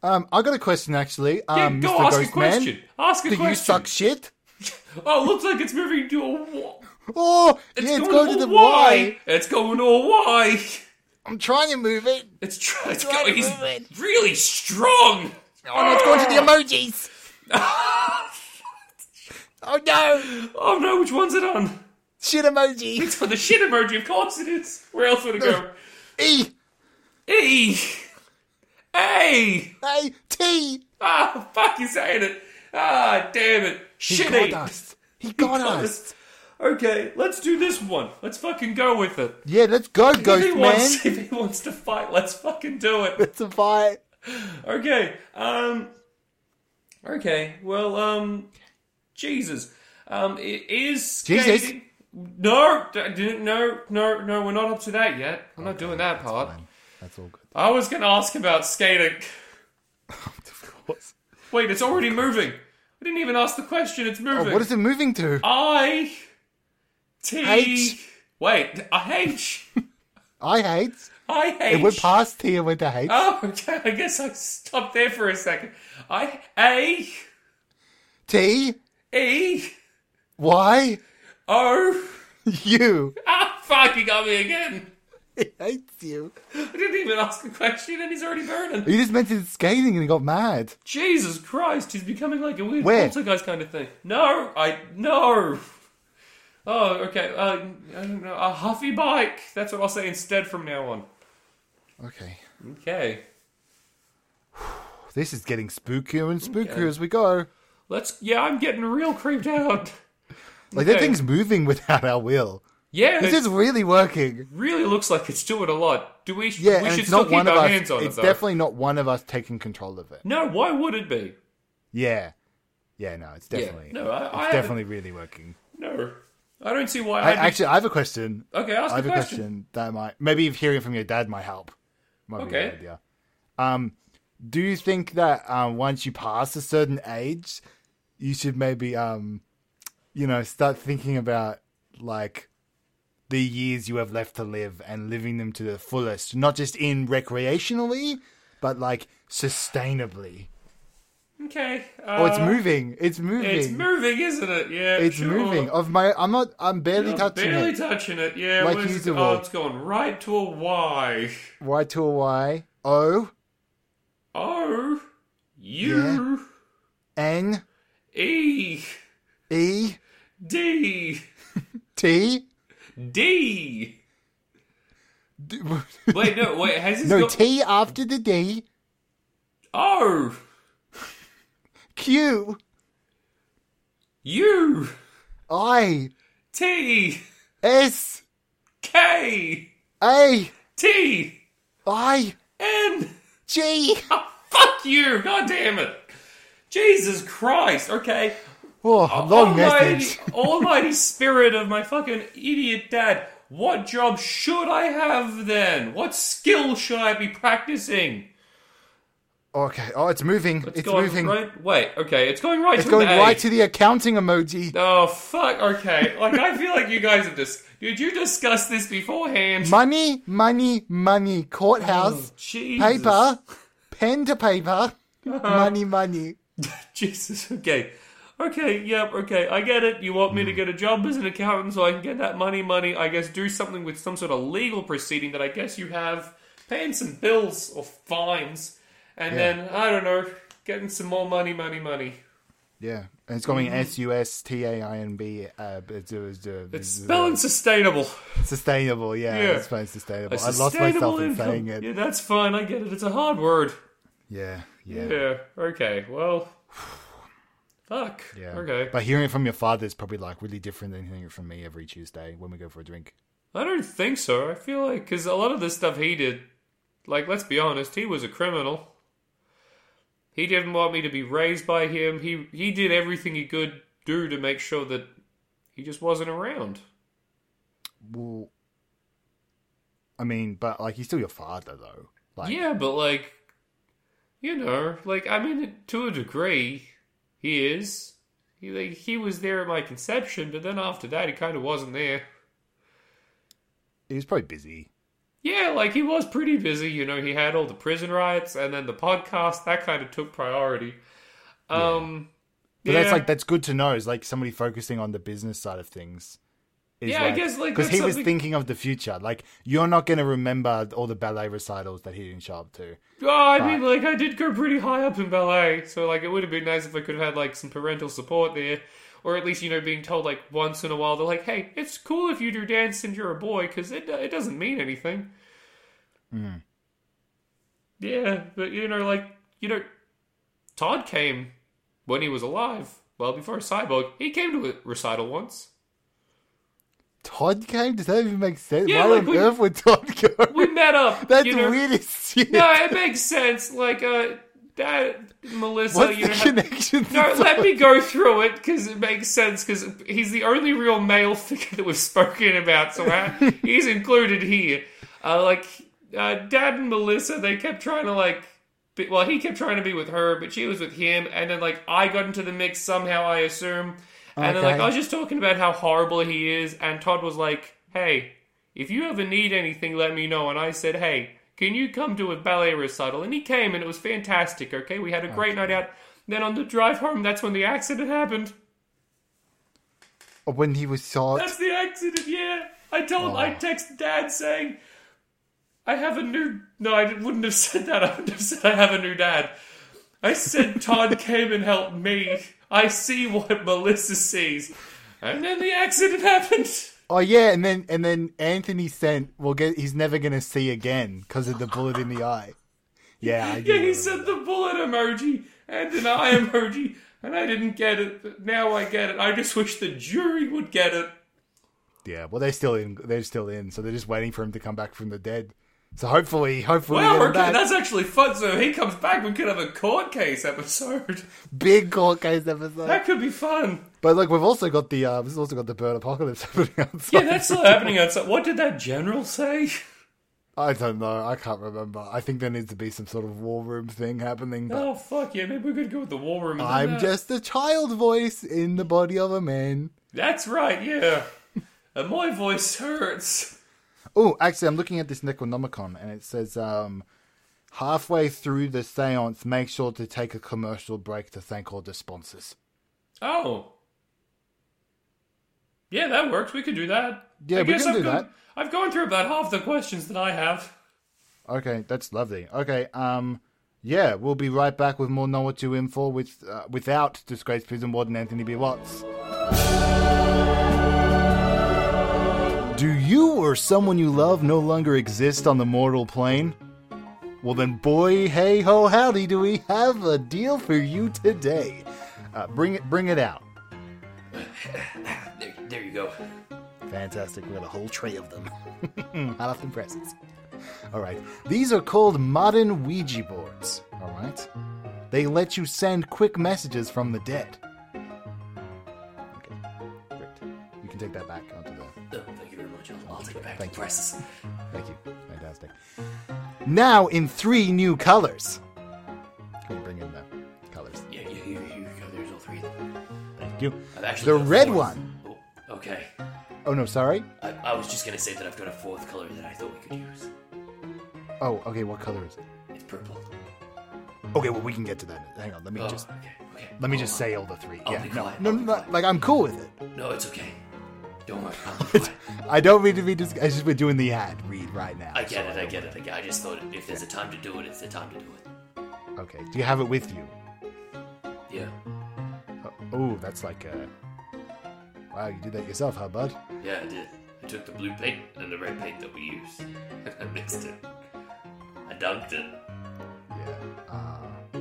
S1: Um, I got a question actually.
S2: Yeah,
S1: Um,
S2: go
S1: Mr.
S2: ask a
S1: Ghostman,
S2: question. Ask a
S1: do
S2: question.
S1: you suck shit?
S2: Oh, looks like it's moving to a wa-
S1: Oh, yeah, it's going to the Y.
S2: It's going to a Y.
S1: I'm trying to move it.
S2: It's, tr- it's
S1: Try
S2: going.
S1: to
S2: He's
S1: move it.
S2: really strong. [LAUGHS]
S1: Oh no, it's going to the emojis. Oh no,
S2: Oh no, which one's it on?
S1: shit
S2: [LAUGHS]
S1: emoji.
S2: It's on the shit emoji, of course it is. Where else would
S1: [LAUGHS]
S2: it go?
S1: E
S2: E! A!
S1: A T.
S2: Ah, fuck, you saying it. Ah, damn it.
S1: He
S2: Shit
S1: got
S2: E. [LAUGHS]
S1: us. He got us.
S2: Okay, let's do this one. Let's fucking go with it.
S1: Yeah, let's go,
S2: If he,
S1: Ghost Man.
S2: wants, [LAUGHS] if he wants to fight, let's fucking do it.
S1: It's a fight.
S2: Okay, um. Okay, well, um. Jesus. Um, i- is skating.
S1: Jesus.
S2: No, d- d- no, no, no, we're not up to that yet. I'm not doing that part.
S1: That's all good.
S2: I was gonna ask about skating.
S1: [LAUGHS] Of course.
S2: Wait, it's already moving. I didn't even ask the question. It's moving.
S1: Oh, What is it moving to?
S2: I T
S1: H.
S2: Wait, I H.
S1: I hate.
S2: I H.
S1: It went past T and went to H.
S2: oh, okay. I guess I stopped there for a second. I A
S1: T
S2: E
S1: Y
S2: O. [LAUGHS]
S1: U.
S2: Ah, fuck! He got me again.
S1: He hates you.
S2: I didn't even ask a question, and he's already burning.
S1: You just mentioned skating and he got mad.
S2: Jesus Christ! He's becoming like a weird
S1: Where?
S2: poltergeist kind of thing. No, I no. Oh, okay. Uh, I don't know. A huffy bike. That's what I'll say instead from now on.
S1: Okay.
S2: Okay.
S1: This is getting spookier and spookier as we go.
S2: Let's. Yeah, I'm getting real creeped out.
S1: Like that
S2: Okay.
S1: thing's moving without our will.
S2: Yeah,
S1: This
S2: it
S1: is really working.
S2: really looks like it's doing a lot. Do we?
S1: Yeah,
S2: we
S1: and
S2: should
S1: it's
S2: still
S1: not
S2: keep
S1: one of
S2: our
S1: us.
S2: hands on
S1: it's
S2: it. Though.
S1: definitely not one of us taking control of it.
S2: No, why would it be?
S1: Yeah, yeah, no, it's definitely,
S2: no, I-
S1: it's
S2: I haven't-
S1: definitely really working.
S2: No. I don't see why.
S1: I,
S2: I'd be-
S1: actually, I have a question.
S2: okay, ask
S1: I have
S2: the
S1: a
S2: question.
S1: question that might maybe hearing from your dad might help. Might be a
S2: Okay.
S1: good idea. Um, do you think that um, once you pass a certain age, you should maybe um, you know, start thinking about like the years you have left to live and living them to the fullest, not just in recreationally, but like sustainably.
S2: Okay. Uh,
S1: Oh, it's moving! It's moving!
S2: It's moving, isn't it? Yeah.
S1: It's
S2: sure.
S1: moving. Of my, I'm not. I'm barely
S2: I'm
S1: touching
S2: barely
S1: it.
S2: touching it. Yeah.
S1: Like
S2: what is it?
S1: usual.
S2: Oh, it's going right to a Y.
S1: y to a Y O
S2: O U
S1: N
S2: E
S1: E
S2: D
S1: T.
S2: D.
S1: D-
S2: Wait, no, wait. Has
S1: [LAUGHS]
S2: this
S1: no
S2: got
S1: T after the D.
S2: O
S1: Q
S2: U
S1: I
S2: T
S1: S
S2: K
S1: A
S2: T
S1: I
S2: N.
S1: G.
S2: Oh, fuck you! God damn it! Jesus Christ! Okay.
S1: Oh, long message.
S2: Almighty, almighty spirit of my fucking idiot dad. What job should I have then? What skill should I be practicing?
S1: Okay. Oh, it's moving. It's,
S2: going
S1: moving.
S2: right. Wait, okay, it's going right
S1: It's
S2: to
S1: going
S2: an
S1: right
S2: A.
S1: to the accounting emoji.
S2: Oh fuck! Okay, like I feel like you guys have just. Did you discuss this beforehand?
S1: Money, money, money. Courthouse,
S2: Oh, Jesus.
S1: paper, pen to
S2: [LAUGHS]
S1: paper. Money, money.
S2: Jesus. Okay. Okay. Yep. Okay. I get it. You want
S1: Hmm.
S2: me to get a job as an accountant so I can get that money. Money. I guess do something with some sort of legal proceeding that I guess you have, paying some bills or fines, and then I don't know, getting some more money. Money. Money.
S1: Yeah, and it's going S U S T A I N B. uh, It's, it's,
S2: It's spelling
S1: uh,
S2: sustainable.
S1: sustainable. Yeah,
S2: Yeah.
S1: it's spelling sustainable.
S2: A
S1: I lost
S2: sustainable
S1: myself in
S2: income.
S1: saying it.
S2: Yeah, that's fine. I get it. It's a hard word.
S1: Yeah, yeah, yeah.
S2: Yeah. Okay. Well. [SIGHS] Fuck. Okay.
S1: But hearing it from your father is probably like really different than hearing it from me every Tuesday when we go for a drink.
S2: I don't think so. I feel like because a lot of the stuff he did, like let's be honest, he was a criminal. He didn't want me to be raised by him. He he did everything he could do to make sure that he just wasn't around.
S1: Well, I mean, but like he's still your father though. Like,
S2: yeah, but like, you know, like I mean, to a degree, he is. He like he was there at my conception, but then after that, he kind of wasn't there.
S1: he was probably busy.
S2: Yeah, like he was pretty busy. You know, he had all the prison riots and then the podcast. That kind of took priority. Um,
S1: But
S2: yeah.
S1: that's like that's good to know. Is like somebody focusing on the business side of things. Is
S2: Yeah, I guess, like,
S1: because
S2: that's
S1: he was
S2: something-
S1: thinking of the future. Like you're not going to remember all the ballet recitals that he didn't show up to.
S2: Oh, I mean, like I did go pretty high up in ballet, so like it would have been nice if I could have had like some parental support there, or at least you know being told like once in a while they're like, hey, it's cool if you do dance and you're a boy because it it doesn't mean anything.
S1: Hmm.
S2: Yeah, but you know, like you know, Todd came when he was alive, well before Cyborg. He came to a recital once.
S1: Todd came? Does that even make sense?
S2: Yeah,
S1: Why
S2: like,
S1: on
S2: we-
S1: earth would Todd go?
S2: [LAUGHS]
S1: [LAUGHS]
S2: We met up.
S1: That's
S2: you
S1: the
S2: know?
S1: weirdest shit.
S2: No, it makes sense. Like uh, that Melissa,
S1: What's
S2: you know.
S1: the
S2: had-
S1: connection? to
S2: [LAUGHS] No,
S1: Todd?
S2: let me go through it because it makes sense. Because he's the only real male figure that we've spoken about, so I- he's included here. Uh, like uh, Dad and Melissa, they kept trying to like. Be, well, he kept trying to be with her, but she was with him, and then like I got into the mix somehow, I assume. And then like
S1: Okay.
S2: I was just talking about how horrible he is, and Todd was like, "Hey, if you ever need anything, let me know." And I said, "Hey, can you come to a ballet recital?" And he came, and it was fantastic. Okay, we had a great night out. Then on the drive home, that's when the accident happened.
S1: When he was shot.
S2: That's the accident. Yeah, I told. I texted Dad saying, "I have a new." No, I wouldn't have [LAUGHS] said that. I would have said, "I have a new dad." I said Todd came and helped me. I see what Melissa sees, and then the accident happened.
S1: Oh yeah, and then and then Anthony sent. Well, get he's never gonna see again because of the bullet in the eye. Yeah, I do
S2: [LAUGHS] Yeah, he
S1: remember.
S2: sent the bullet emoji and an eye emoji, and I didn't get it. But now I get it. I just wish the jury would get it.
S1: Yeah, well, they're still in. They're still in, so they're just waiting for him to come back from the dead. So hopefully, hopefully,
S2: Wow,
S1: we
S2: we're
S1: get that
S2: good. that's actually fun. So if he comes back, we could have a court case episode. [LAUGHS]
S1: big court case episode.
S2: That could be fun.
S1: But look, we've also got the uh, we've also got the bird apocalypse [LAUGHS] happening outside.
S2: Yeah, [LAUGHS] that's not happening outside. What did that general [LAUGHS] say?
S1: I don't know. I can't remember. I think there needs to be some sort of war room thing happening. But
S2: Oh fuck yeah, maybe we could go with the war room. and then uh,
S1: I'm
S2: that.
S1: just a child voice in the body of a man.
S2: That's right, yeah. and my voice hurts.
S1: Oh, actually, I'm looking at this Necronomicon, and it says um, halfway through the seance, make sure to take a commercial break to thank all the sponsors.
S2: Oh. Yeah, that works. We could do that.
S1: Yeah,
S2: I
S1: we
S2: guess
S1: can
S2: I've
S1: do
S2: gone,
S1: that.
S2: I've gone through about half the questions that I have.
S1: Okay, that's lovely. Okay, um, yeah, we'll be right back with more Know What You In For with, uh, without Disgraced Prison Warden Anthony B. Watts. Do you or someone you love no longer exist on the mortal plane? Well, then, boy, hey ho, howdy, do we have a deal for you today? Uh, bring it, bring it out.
S2: There, there you go.
S1: Fantastic. We got a whole tray of them. [LAUGHS] Hot off the presses. All right. These are called modern Ouija boards. All right. They let you send quick messages from the dead. Okay. Great. You can take that back onto the.
S2: Oh, thank you very much. I'll, I'll take it back.
S1: Thank you.
S2: Presses.
S1: Thank you. Fantastic. Now in three new colors. Can you bring in the colors?
S2: Yeah, yeah, here, here you go. There's all three of them.
S1: Thank you.
S2: I've actually
S1: The
S2: got a
S1: red
S2: fourth.
S1: one.
S2: Oh, okay.
S1: Oh no, sorry.
S2: I, I was just gonna say that I've got a fourth color that I thought we could use.
S1: Oh, okay. What color is it?
S2: It's purple.
S1: Okay, well we can get to that. Hang on. Let me
S2: Oh,
S1: just.
S2: okay, okay.
S1: Let me
S2: Hold
S1: just
S2: on.
S1: say all the three.
S2: I'll
S1: yeah,
S2: be
S1: no,
S2: quiet,
S1: no,
S2: I'll be
S1: no,
S2: quiet.
S1: like I'm cool with it.
S2: No, it's okay. Don't worry. I'll
S1: [LAUGHS]
S2: be fine.
S1: I don't mean to be dis- I just we're doing the ad read right now.
S2: I get
S1: so
S2: it. I get it. I get it. I just thought if there's a time to do it, it's the time to do it.
S1: don't- Okay, do you have it with you?
S2: Yeah.
S1: Oh, oh, that's like a. Wow, you did that yourself, huh, bud?
S2: Yeah, I did. I took the blue paint and the red paint that we used. [LAUGHS] I mixed it. I dunked it.
S1: Yeah. Uh,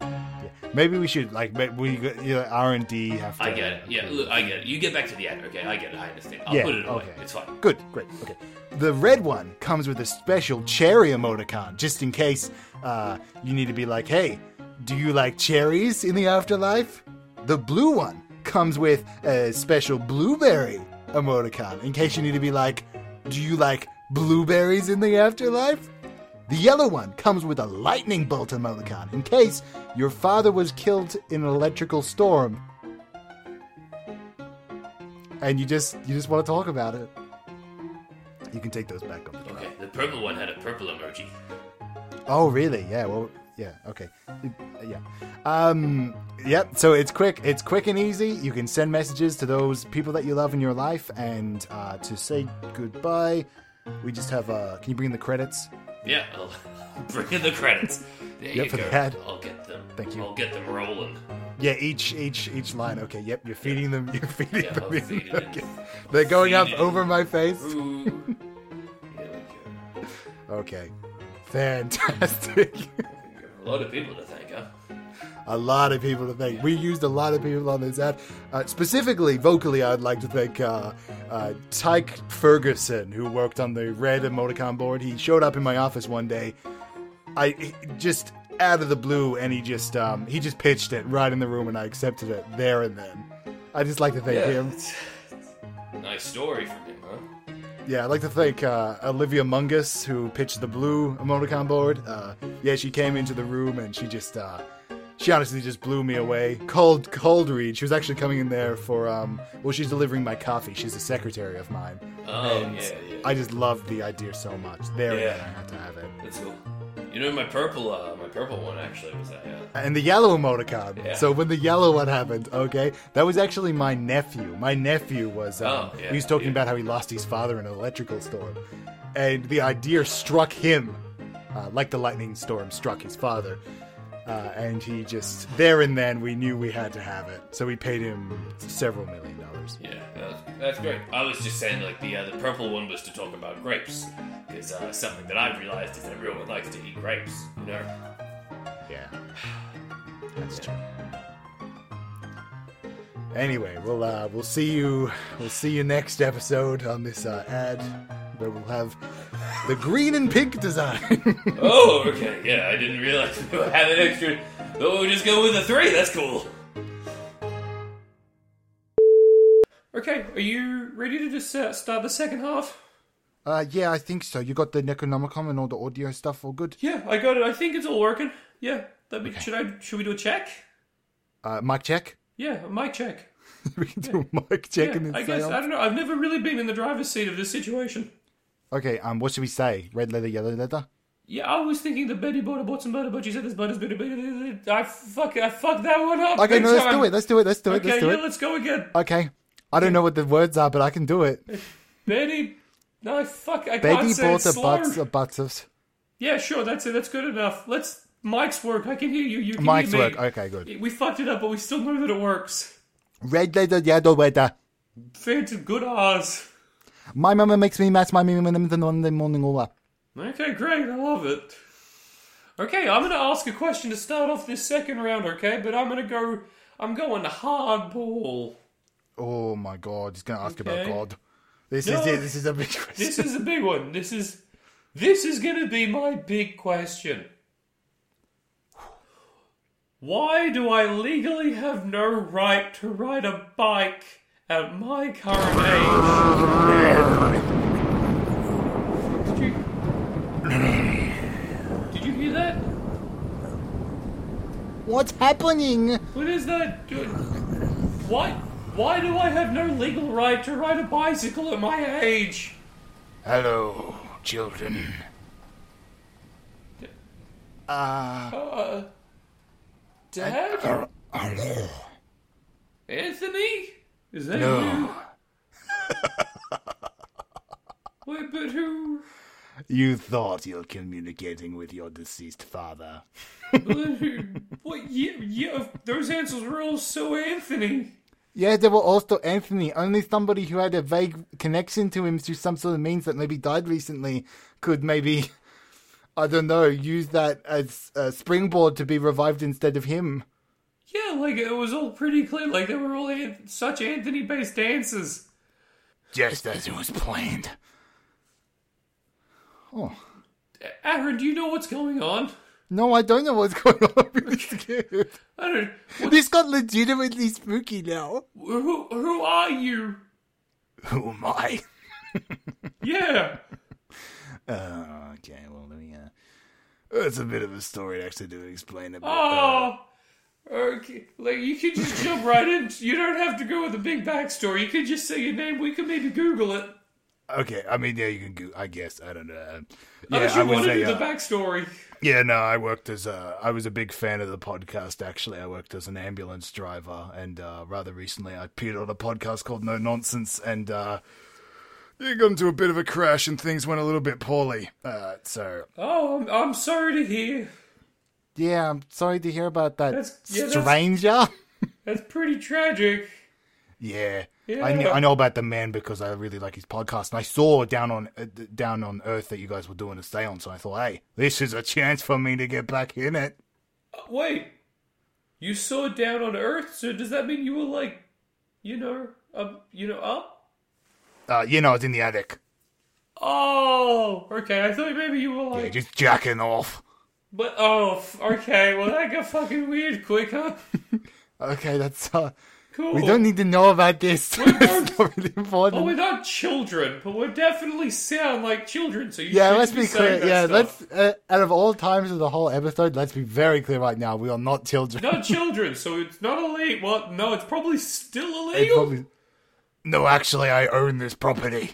S1: yeah. Maybe we should like ma- we got- you know, R and D have to.
S2: I get it. Yeah,
S1: approve.
S2: look, I get it. You get back to the ad, okay? I get it. I understand. I'll
S1: Yeah,
S2: put it away.
S1: okay.
S2: It's fine.
S1: Good, great, okay. The red one comes with a special cherry emoticon, just in case uh, you need to be like, hey, do you like cherries in the afterlife? The blue one comes with a special blueberry emoticon, in case you need to be like, do you like blueberries in the afterlife? The yellow one comes with a lightning bolt emoticon, in case your father was killed in an electrical storm. And you just you just want to talk about it. You can take those back on the
S2: Okay. The purple one had a purple emoji.
S1: Oh, really? Yeah. Well, yeah. Okay. It- Yeah. Um. Yep. So it's quick. It's quick and easy. You can send messages to those people that you love in your life, and uh, to say goodbye. We just have. Uh, can you bring in the credits?
S2: Yeah, [LAUGHS] I'll bring in the credits. There
S1: Yeah,
S2: you
S1: for
S2: go.
S1: the ad.
S2: I'll get them.
S1: Thank you.
S2: I'll get them rolling.
S1: Yeah. Each. Each. Each line. Okay. Yep. You're feeding them. [LAUGHS] You're feeding
S2: Mm-hmm. Yeah,
S1: them.
S2: I'll
S1: in.
S2: feed it in.
S1: Okay.
S2: I'll
S1: They're going
S2: feed
S1: up
S2: it in.
S1: over my face.
S2: [LAUGHS] Ooh. There we go.
S1: Okay. Fantastic. [LAUGHS]
S2: A lot of people to thank, huh?
S1: a lot of people to thank. We used a lot of people on this ad. Uh, specifically, vocally, I'd like to thank uh, uh, Tyke Ferguson, who worked on the red emoticon board. He showed up in my office one day. I he- just out of the blue, and he just um, he just pitched it right in the room, and I accepted it there and then. I just like to thank him.
S2: It's- it's a nice story from him, huh?
S1: Yeah, I'd like to thank uh, Olivia Mungus, who pitched the blue emoticon board. Uh, yeah, she came into the room and she just, uh, she honestly just blew me away. Cold, cold read. She was actually coming in there for, um, well, she's delivering my coffee. She's a secretary of mine.
S2: Oh
S1: And
S2: yeah, yeah.
S1: I just loved the idea so much. There,
S2: Yeah.
S1: yeah. I had to have it.
S2: That's cool. You know, my purple, uh, my purple one actually was that. Yeah.
S1: And the yellow emoticon.
S2: Yeah.
S1: So when the yellow one happened, okay, that was actually my nephew. My nephew was. Um,
S2: Oh, yeah,
S1: he was talking
S2: yeah.
S1: about how he lost his father in an electrical storm, and the idea struck him, uh, like the lightning storm struck his father, uh, and he just there and then we knew we had to have it, so we paid him several million dollars.
S2: Yeah, that was, that's great. I was just saying, like the uh, the purple one was to talk about grapes, because uh, something that I've realized is that everyone likes to eat grapes. You know.
S1: Yeah, [SIGHS] that's true. Anyway, we'll uh, we'll see you we'll see you next episode on this uh, ad where we'll have The green and pink design. [LAUGHS]
S2: Oh, okay. Yeah, I didn't realize [LAUGHS] we had an extra. Oh, we'll just go with a three. That's cool. Okay, are you ready to just uh, start the second half?
S1: uh, yeah, I think so. You got the Necronomicon and all the audio stuff all good?
S2: Yeah, I got it. I think it's all working. Yeah. That be, Should I? Should we do a check?
S1: Uh, mic check? [LAUGHS]
S2: Yeah, a mic check.
S1: we can do a mic check
S2: Yeah,
S1: and then
S2: I
S1: say
S2: guess
S1: on.
S2: I don't know. I've never really been in the driver's seat of this situation.
S1: Okay, um, what should we say? Red leather, yellow leather?
S2: Yeah, I was thinking the Betty Butter Bots and Butter, but you said this Butter's Butter Butter. I fuck, I fucked that one up.
S1: Okay,
S2: big
S1: no, let's
S2: time.
S1: do it. Let's do it. Let's do it.
S2: okay,
S1: let's do
S2: yeah,
S1: it.
S2: let's go again.
S1: Okay. I don't know what the words are, but I can do it.
S2: Betty, no, fuck, I
S1: Betty
S2: can't say
S1: bought
S2: it's
S1: a
S2: slow.
S1: butts a butts.
S2: Yeah, sure, that's it. That's good enough. Let's. Mike's work. I can hear you. You can
S1: Mike's
S2: hear me.
S1: work. Okay, good.
S2: We fucked it up, but we still know that it works.
S1: Red leather, yellow leather.
S2: Fancy good odds.
S1: My mama makes me match my mama in the Monday morning all up.
S2: Okay, great. I love it. Okay, I'm gonna ask a question to start off this second round. Okay, but I'm gonna go. I'm going hardball.
S1: Oh my god, he's gonna ask
S2: Okay.
S1: about God. This
S2: No.
S1: is it. This is a big question.
S2: This is a big one. This is this is going to be my big question. Why do I legally have no right to ride a bike at my current age? Did you, did you hear that?
S1: What's happening?
S2: What is that? Do- Why why do I have no legal right to ride a bicycle at my age?
S1: Hello, Oh, children. Uh,
S2: Uh, Dad? Anthony? Is that
S1: No.
S2: you? Wait, but who?
S1: you thought you were communicating with your deceased father.
S2: But who what? Yeah, yeah, those answers were all so Anthony.
S1: Yeah, there were also Anthony. Only somebody who had a vague connection to him through some sort of means that maybe died recently could maybe, [LAUGHS] I don't know, use that as a springboard to be revived instead of him.
S2: Yeah, like it was all pretty clear. Like they were all an- such Anthony-based answers.
S1: Just as it was planned. Oh.
S2: Aaron, do you know what's going on?
S1: No, I don't know what's [LAUGHS] going on. I'm really scared.
S2: I don't. What,
S1: This got legitimately spooky [LAUGHS] now.
S2: who? Who are you?
S1: Who am I?
S2: Yeah.
S1: Uh, okay, well, let me, uh... It's a bit of a story actually to explain about uh,
S2: Oh, okay. Like you can just jump right in. You don't have to go with a big backstory. You can just say your name. We can maybe Google it.
S1: Okay, I mean, yeah, you can go. I guess I don't know. Um, Yeah,
S2: Unless
S1: I
S2: Oh, you
S1: was
S2: want to do
S1: a,
S2: the
S1: uh,
S2: backstory.
S1: yeah, no, I worked as a. I was a big fan of the podcast. Actually, I worked as an ambulance driver, and uh, rather recently, I appeared on a podcast called No Nonsense, and uh, it got into a bit of a crash, and things went a little bit poorly. Uh, so
S2: Oh, I'm, I'm sorry to hear.
S1: yeah, I'm sorry to hear about that,
S2: That's- yeah, that's-
S1: stranger. [LAUGHS]
S2: That's pretty tragic.
S1: Yeah. I, knew,
S2: Yeah.
S1: I know about the man because I really like his podcast, and I saw down on uh, d- down on Earth that you guys were doing a seance, so I thought, hey, this is a chance for me to get back in it.
S2: Uh, wait, you saw down on Earth, so does that mean you were like, you know, up, you know, up?
S1: Uh, you know, it's in the attic.
S2: Oh, okay. I thought maybe you were
S1: Yeah,
S2: like,
S1: just jacking off.
S2: but oh, f- okay. Well, that got fucking weird
S1: [LAUGHS]
S2: quick, huh?
S1: Okay, that's. Uh,
S2: Cool.
S1: we don't need to know about this. [LAUGHS] it's not really
S2: Oh. Well,
S1: important.
S2: we're not children, but we definitely sound like children. So you
S1: yeah,
S2: shouldn't
S1: let's be clear.
S2: saying that
S1: Yeah,
S2: stuff.
S1: let's. Uh, out of all times of the whole episode, let's be very clear right now. We are not children.
S2: not children. So it's not illegal. Well, no, it's probably still
S1: It's
S2: illegal.
S1: probably- No, actually, I own this property.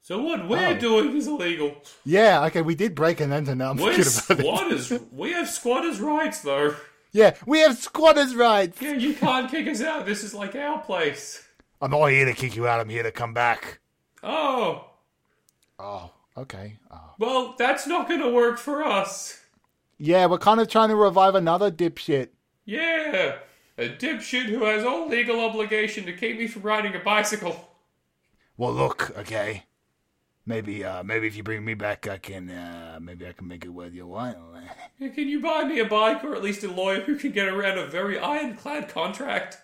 S2: So what we're
S1: Oh.
S2: doing is illegal.
S1: [LAUGHS] Yeah, okay, we did break an enter now. I'm
S2: We're
S1: thinking about it.
S2: squatters. we have squatters' rights, though.
S1: Yeah, we have squatters' rights.
S2: Yeah, you can't kick us out. This is like our place.
S1: I'm not here to kick you out. I'm here to come back.
S2: Oh,
S1: Oh, okay. Oh.
S2: well, that's not gonna work for us.
S1: Yeah, we're kind of trying to revive another dipshit.
S2: Yeah, a dipshit who has all legal obligation to keep me from riding a bicycle.
S1: Well, look, okay. Maybe, uh, maybe if you bring me back, I can, uh, maybe I can make it worth your while. [LAUGHS]
S2: Yeah, Can you buy me a bike or at least a lawyer who can get around a very ironclad contract?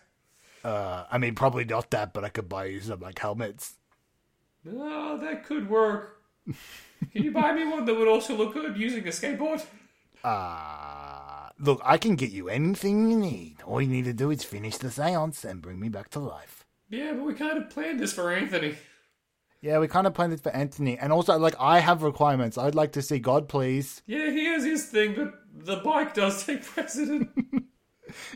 S1: Uh, I mean, probably not that, but I could buy you some like helmets. [LAUGHS]
S2: Oh, that could Ah, work. Can you buy me one that would also look good using a skateboard?
S1: Uh, look, I can get you anything you need. All you need to do is finish the seance and bring me back to life.
S2: Yeah, but we kind of planned this for Anthony.
S1: Yeah, we kind of planned it for Anthony. And also, like, I have requirements. I'd like to see God, please.
S2: Yeah, he has his thing, but the bike does take precedent.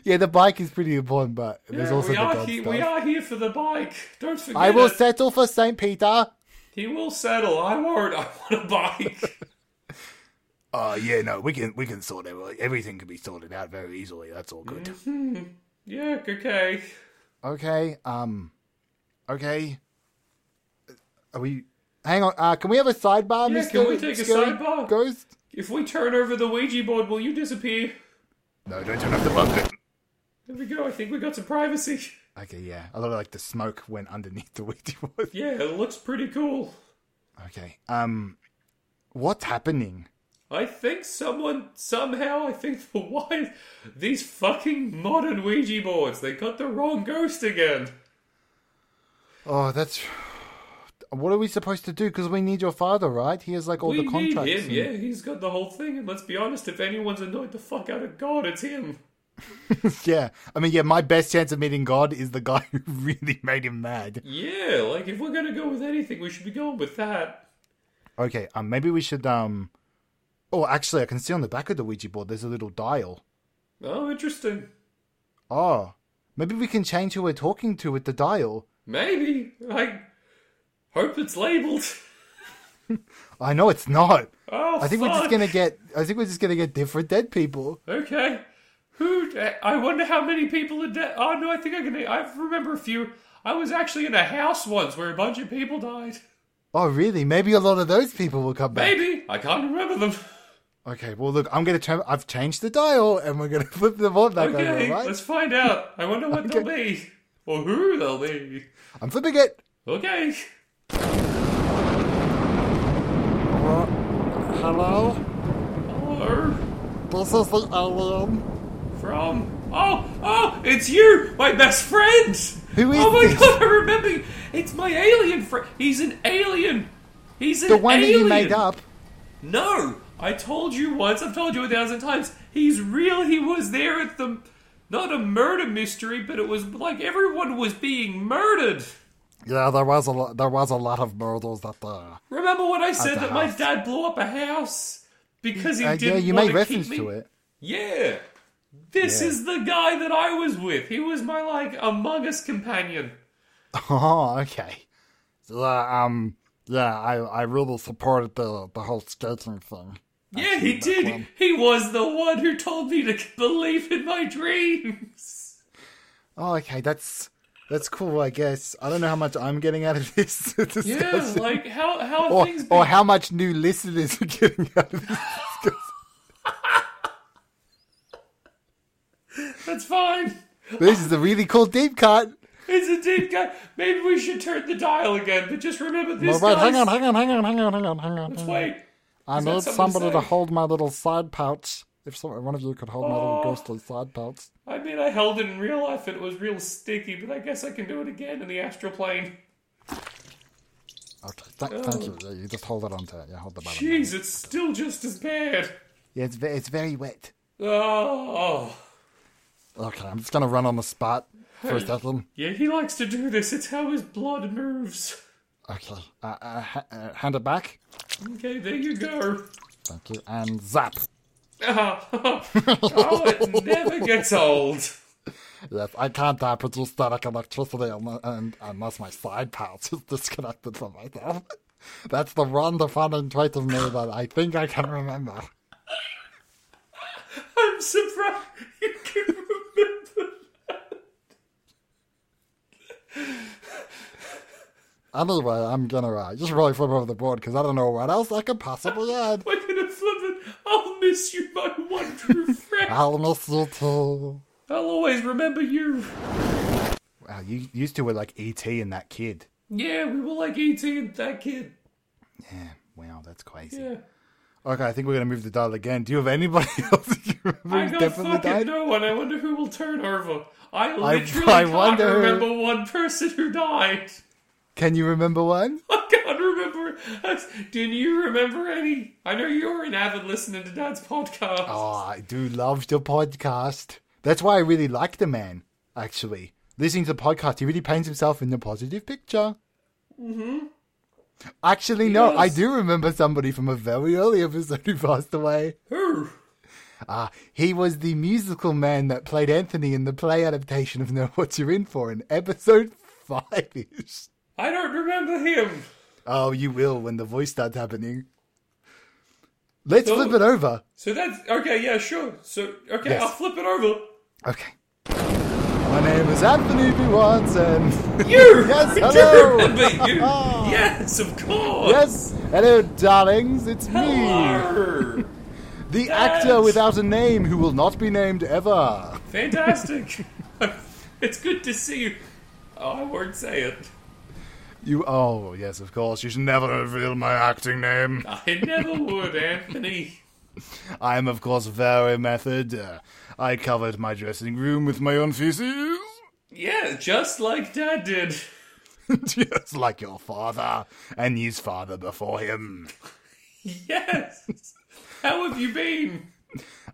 S1: Yeah, the bike is pretty important, but [LAUGHS] there's
S2: Yeah,
S1: also
S2: we
S1: the
S2: are
S1: God
S2: he-
S1: stuff.
S2: we are here for the bike. Don't forget.
S1: I will
S2: it.
S1: settle for St. Peter.
S2: He will settle. I won't. I want
S1: [LAUGHS]
S2: a bike.
S1: Uh, yeah, no, we can we can sort it. Everything can be sorted out very easily. That's all good.
S2: Mm. yeah. Okay.
S1: Okay. Um. Okay. Are we? Hang on. Uh, can we have a sidebar,
S2: Yeah,
S1: Mr.
S2: can we take a
S1: Scary
S2: sidebar?
S1: Ghost?
S2: If we turn over the Ouija board, will you disappear?
S1: No, don't turn off the button.
S2: There we go. I think we got some privacy.
S1: Okay, yeah. A lot of like the smoke went underneath the [LAUGHS] Ouija board.
S2: Yeah, it looks pretty cool.
S1: Okay. Um, what's happening?
S2: I think someone somehow. I think the why these fucking modern Ouija boards. They got the wrong ghost again.
S1: Oh, that's. What are we supposed to do? Because we need your father, right? He has like all
S2: we
S1: the contracts.
S2: need him.
S1: and-
S2: Yeah, he's got the whole thing. And let's be honest, if anyone's annoyed the fuck out of God, it's him.
S1: yeah. I mean, yeah. My best chance of meeting God is the guy [LAUGHS] who really made him mad.
S2: Yeah, like if we're gonna go with anything, we should be going with that.
S1: Okay. Um. Maybe we should. Um. Oh, actually, I can see on the back of the Ouija board. There's a little dial.
S2: Oh, interesting.
S1: Oh, maybe we can change who we're talking to with the dial.
S2: Maybe. I hope it's labeled. [LAUGHS]
S1: I know it's not.
S2: Oh,
S1: I think we're just
S2: fuck.
S1: gonna get. I think we're just gonna get different dead people.
S2: Okay. Who? d- I wonder how many people are dead. Oh no, I think I can. I remember a few. I was actually in a house once where a bunch of people died.
S1: Oh, really? Maybe a lot of those people will come back.
S2: Maybe I can't remember them.
S1: Okay. Well, look, I'm gonna. Turn, I've changed the dial, and we're gonna [LAUGHS] flip the board back
S2: Okay,
S1: over. Right?
S2: let's find out. I wonder what they'll be or who they'll be.
S1: I'm flipping it.
S2: Okay.
S1: Hello.
S2: Hello.
S1: This is the alien.
S2: From oh oh, it's you, my best friend.
S1: Who is
S2: Oh my
S1: this?
S2: god, I remember. you. It's my alien friend. He's an alien. He's an
S1: The one that you
S2: alien.
S1: made up.
S2: No, I told you once. I've told you a thousand times. He's real. He was there at the not a murder mystery, but it was like everyone was being murdered.
S1: Yeah, there was a lot. There was a lot of murders that uh, there.
S2: Remember when I said
S1: the
S2: that my
S1: house.
S2: dad blew up a house because he
S1: Uh, yeah,
S2: didn't
S1: you
S2: want
S1: made
S2: to
S1: reference
S2: keep me?
S1: to it. [LAUGHS]
S2: Yeah. This
S1: Yeah.
S2: is the guy that I was with. He was my like Among Us companion.
S1: Oh, okay. So, uh, um, yeah, I, I really supported the the whole skating thing.
S2: yeah, he did.
S1: one.
S2: He was the one who told me to believe in my
S1: [LAUGHS]
S2: dreams.
S1: Oh, okay, that's that's cool. I guess I don't know how much I'm getting out of [LAUGHS] this discussion,
S2: Yeah, like how how have
S1: [LAUGHS] or
S2: things been?
S1: or how much new listeners are getting out of this discussion.
S2: That's fine.
S1: this is a really cool deep cut.
S2: It's a deep guy. Maybe we should turn the dial again, but just remember
S1: All
S2: this
S1: right,
S2: guy's-
S1: hang on, hang on, hang on, hang on, hang on, hang on. hang on.
S2: Wait.
S1: I
S2: that
S1: need
S2: something to
S1: somebody to
S2: say?
S1: hold my little side pouch. If some, one of you could hold my little
S2: Oh.
S1: ghostly side pouch.
S2: I mean, I held it in real life and it was real sticky, but I guess I can do it again in the astral plane.
S1: Okay, th- thank
S2: Oh.
S1: you. Yeah, you just hold it onto it. Yeah, hold the button.
S2: Jeez, it's still just as bad.
S1: Yeah, it's, ve- it's very wet.
S2: Oh.
S1: Okay, I'm just gonna run on the spot for a second.
S2: Yeah, he likes to do this. It's how his blood moves.
S1: Okay, uh, uh, ha- uh, hand it back.
S2: Okay, there you go. [LAUGHS]
S1: Thank you, and zap.
S2: Ah, oh, it never gets old.
S1: Yes, I can't uh, produce static electricity un- un- unless my side pouch is disconnected from myself. [LAUGHS] That's the one defining trait of me that I think I can remember.
S2: I'm surprised you can remember.
S1: Anyway, I'm gonna uh, just really flip over the board because I don't know what else I could possibly add.
S2: [LAUGHS] We're gonna flip it. I'll miss you, my one true friend.
S1: I'll miss you too.
S2: I'll always remember you.
S1: Wow, you used to were like E.T. and that kid.
S2: Yeah, we were like ET and that kid.
S1: Yeah, wow, that's crazy.
S2: Yeah.
S1: Okay, I think we're gonna move the dial again. Do you have anybody [LAUGHS] else that you remember
S2: I
S1: who's
S2: got
S1: definitely
S2: fucking
S1: died?
S2: no one. I wonder who will turn over. I
S1: [LAUGHS] I
S2: literally can't
S1: wonder-
S2: remember one person who died. [LAUGHS]
S1: Can you remember one?
S2: I can't remember. Do you remember any? I know you were an avid listener to Dad's podcast.
S1: Oh, I do love the podcast. That's why I really like the man, actually. Listening to the podcast, he really paints himself in the positive picture. Mm-hmm. Actually, no,
S2: does.
S1: I do remember somebody from a very early episode who passed away.
S2: Who?
S1: Ah, he was the musical man that played Anthony in the play adaptation of Know What You're In For in episode 5 ish.
S2: I don't remember him.
S1: Oh, you will when the voice starts happening. Let's
S2: So-
S1: flip it over.
S2: So that's okay. Yeah, sure. So okay,
S1: Yes.
S2: I'll flip
S1: [LAUGHS]
S2: it over.
S1: Okay. My name is Anthony B. Watson. [LAUGHS]
S2: You.
S1: Yes,
S2: You
S1: hello.
S2: remember
S1: [LAUGHS]
S2: you? yes, of course.
S1: yes, hello, darlings. It's me, [LAUGHS]
S2: Arr.
S1: the
S2: Yes.
S1: actor without a name who will not be named ever.
S2: Fantastic. [LAUGHS] it's good to see you. Oh, I won't say it.
S1: You. Oh, yes, of course. You should never reveal my acting name.
S2: I never would, Anthony.
S1: I am, of course, very method. Uh, I covered my dressing room with my own feces. [LAUGHS]
S2: Yeah, just like Dad did.
S1: Just like your father and his father before him.
S2: Yes. How have you been?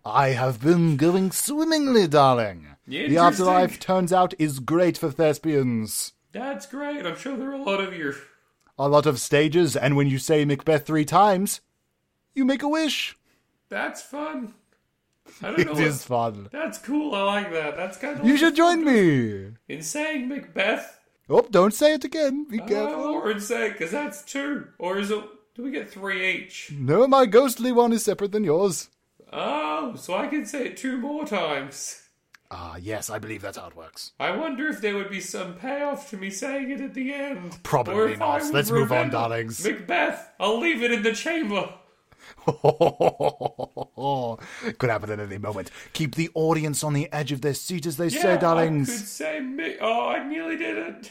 S1: I have been going swimmingly, darling. The
S2: Interesting.
S1: afterlife, turns out, is great for thespians.
S2: That's great. I'm sure there are a lot of you.
S1: A lot of stages, and when you say Macbeth three times, you make a wish.
S2: That's fun. I don't
S1: It
S2: know.
S1: is
S2: what-
S1: fun.
S2: That's cool. I like that. That's kind of
S1: You should join me.
S2: in saying Macbeth.
S1: Oh, don't say it again. Be
S2: Oh,
S1: careful.
S2: or in saying because that's two, or is it? Do we get three each?
S1: No, my ghostly one is separate than yours.
S2: Oh, so I can say it two more times.
S1: Ah, yes, I believe that's how it works.
S2: I wonder if there would be some payoff to me saying it at the end.
S1: Probably
S2: Or if I
S1: not.
S2: would
S1: Let's move on,
S2: remember.
S1: darlings.
S2: Macbeth, I'll leave it in the chamber.
S1: [LAUGHS] Could happen at any moment. Keep the audience on the edge of their seat as they
S2: Yeah,
S1: say,
S2: I
S1: darlings.
S2: could say me. Oh, I nearly did it.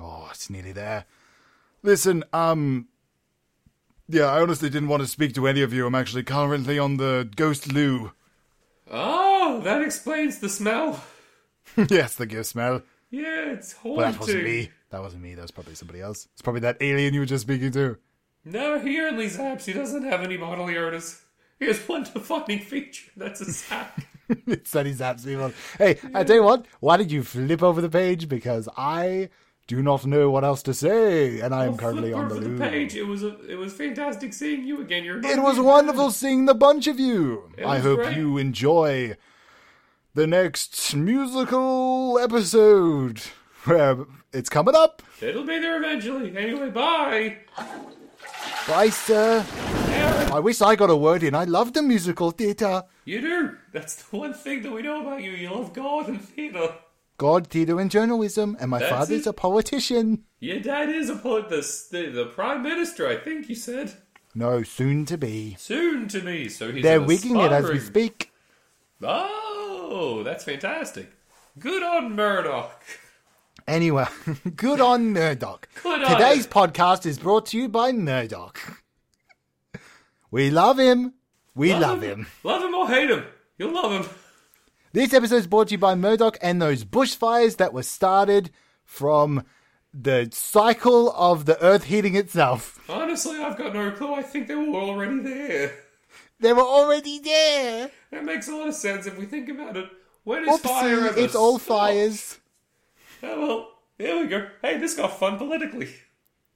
S1: Oh, it's nearly there. Listen, um, yeah, I honestly didn't want to speak to any of you. I'm actually currently on the ghost loo. [LAUGHS]
S2: Oh, that explains the smell.
S1: yes, the ghost smell.
S2: Yeah, it's haunting.
S1: Well, that wasn't me. That wasn't me. That was probably somebody else. It's probably that alien you were just speaking to. [LAUGHS]
S2: No, he only zaps. He doesn't have any bodily odors. He has one defining feature. That's a zap.
S1: [LAUGHS] it's that he's absolutely. Hey, I tell you what. Why did you flip over the page? Because I do not know what else to say, and I am currently
S2: Flip
S1: on the
S2: over
S1: loo.
S2: the page. It was a, it was fantastic seeing you again. You're
S1: It
S2: [LAUGHS]
S1: was wonderful seeing the bunch of you. I
S2: was
S1: hope
S2: great.
S1: you enjoy the next musical episode where it's coming up.
S2: It'll be there eventually. Anyway, bye.
S1: Bye, sir.
S2: Aaron,
S1: I wish I got a word in. I love the musical theatre.
S2: you do. That's the one thing that we know about you. You love God and theatre.
S1: God, theatre, and journalism, and my
S2: That's
S1: father's
S2: it.
S1: a politician.
S2: Your dad is a polit- the, the the prime minister, I think you said.
S1: No, soon to be.
S2: Soon to me. So he's
S1: They're
S2: an
S1: wigging it as we
S2: aspiring-
S1: speak.
S2: Oh, that's fantastic. Good on Murdoch.
S1: Anyway, [LAUGHS] good on Murdoch.
S2: [LAUGHS] Good on
S1: Today's
S2: him.
S1: podcast is brought to you by Murdoch. We love him. We love him.
S2: Love him or hate him. You'll love him.
S1: This episode is brought to you by Murdoch and those bushfires that were started from the cycle of the earth heating itself. [LAUGHS]
S2: Honestly, I've got no clue. I think they were already there.
S1: They were already there.
S2: That makes a lot of sense if we think about it. When is fire
S1: Oopsie,
S2: ever
S1: it's all
S2: stopped?
S1: fires.
S2: Oh, well, there we go. Hey, this got fun politically.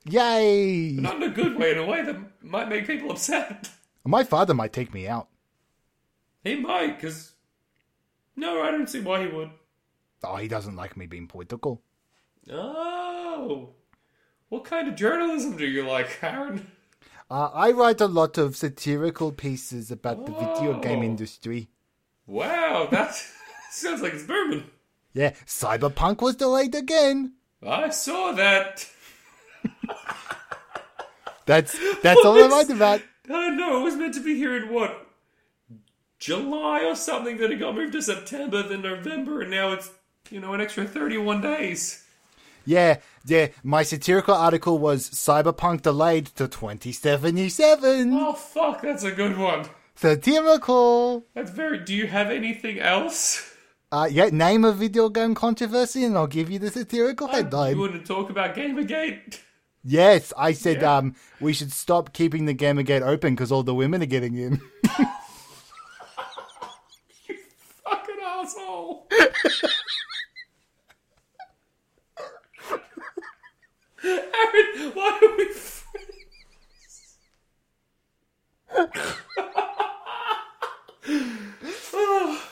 S1: Yay.
S2: Not in a good way, in a way that might make people upset.
S1: My father might take me out.
S2: He might, because. No, I don't see why he would.
S1: Oh, he doesn't like me being political.
S2: Oh. What kind of journalism do you like, Aaron?
S1: Uh, I write a lot of satirical pieces about the video game
S2: Oh.
S1: industry.
S2: Wow, that [LAUGHS] sounds like it's booming.
S1: Yeah, Cyberpunk was delayed again.
S2: I saw that. [LAUGHS]
S1: That's that's all I
S2: What?
S1: write about.
S2: I know, it was meant to be here in what? July or something, then it got moved to September, then November, and now it's, you know, an extra 31 days.
S1: Yeah, yeah. My satirical article was Cyberpunk delayed to 2077.
S2: Oh, fuck, that's a good one.
S1: Satirical.
S2: That's very. Do you have anything else?
S1: Uh, yeah, name a video game controversy, and I'll give you the satirical headline.
S2: You want to talk about Gamergate?
S1: Yes, I said
S2: Yeah.
S1: um, we should stop keeping the gamer gate open because all the women are getting in.
S2: [LAUGHS]
S1: [LAUGHS]
S2: Fucking asshole. [LAUGHS] Aaron, why are we friends? oh,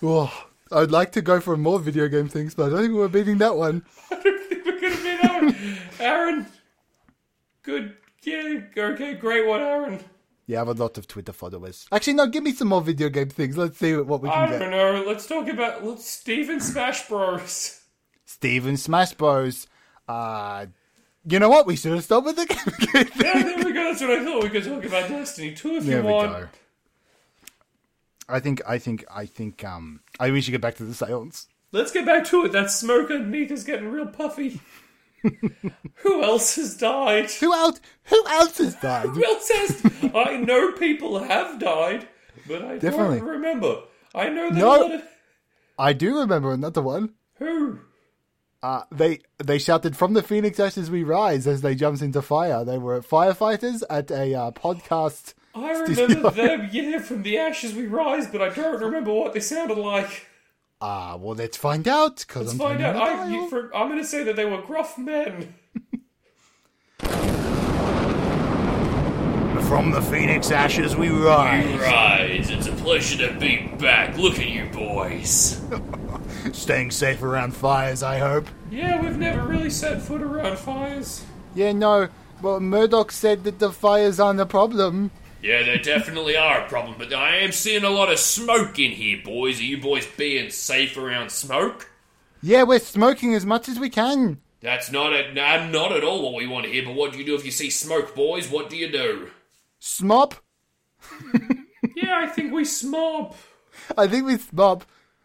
S1: Whoa. Oh, I'd like to go for more video game things, but I don't think we're beating that one.
S2: I don't think we're gonna be Aaron. Aaron, good, yeah, okay, great one, Aaron.
S1: Yeah, I have a lot of Twitter followers. Actually, no, give me some more video game things. Let's see what we
S2: I
S1: can
S2: don't
S1: get.
S2: know. Let's talk about let's Steven Smash Bros. [LAUGHS]
S1: Steven Smash Bros. Uh, you know what? We should have stopped with the [LAUGHS] game gate thing.
S2: Yeah, there we go. That's what I thought. We could talk about Destiny 2 if
S1: There
S2: you
S1: we
S2: want.
S1: go. I think, I think, I think, um, I we should get back to the seance.
S2: Let's get back to it. That smoke underneath is getting real puffy. [LAUGHS] Who else has died?
S1: Who else, who else has died?
S2: [LAUGHS] Who else has? I know people have died, but I
S1: Definitely.
S2: don't remember. I know that
S1: No.
S2: a lot of
S1: I do remember another one.
S2: who.
S1: Uh, they they shouted from the phoenix ashes we rise as they jumped into fire. They were firefighters at a uh, podcast.
S2: I remember them, yeah, from the ashes we rise, but I don't remember what they sounded like.
S1: Ah, well, let's find out. Cause
S2: Let's
S1: I'm
S2: find out.
S1: turning the
S2: I,
S1: dial.
S2: you, for, I'm going to say that they were gruff men.
S1: From the phoenix ashes we rise,
S2: Rise, it's a pleasure to be back. Look at you boys.
S1: staying safe around fires. I hope.
S2: Yeah, we've never really set foot around fires.
S1: Yeah, no. Well, Murdoch said that the fires aren't a problem.
S2: Yeah, there definitely are a problem, but I am seeing a lot of smoke in here, boys. Are you boys being safe around smoke?
S1: Yeah, we're smoking as much as we can.
S2: That's not a, nah, not at all what we want to hear, but what do you do if you see smoke, boys? What do you do?
S1: Smop.
S2: Yeah, I think we smob.
S1: I think we smop.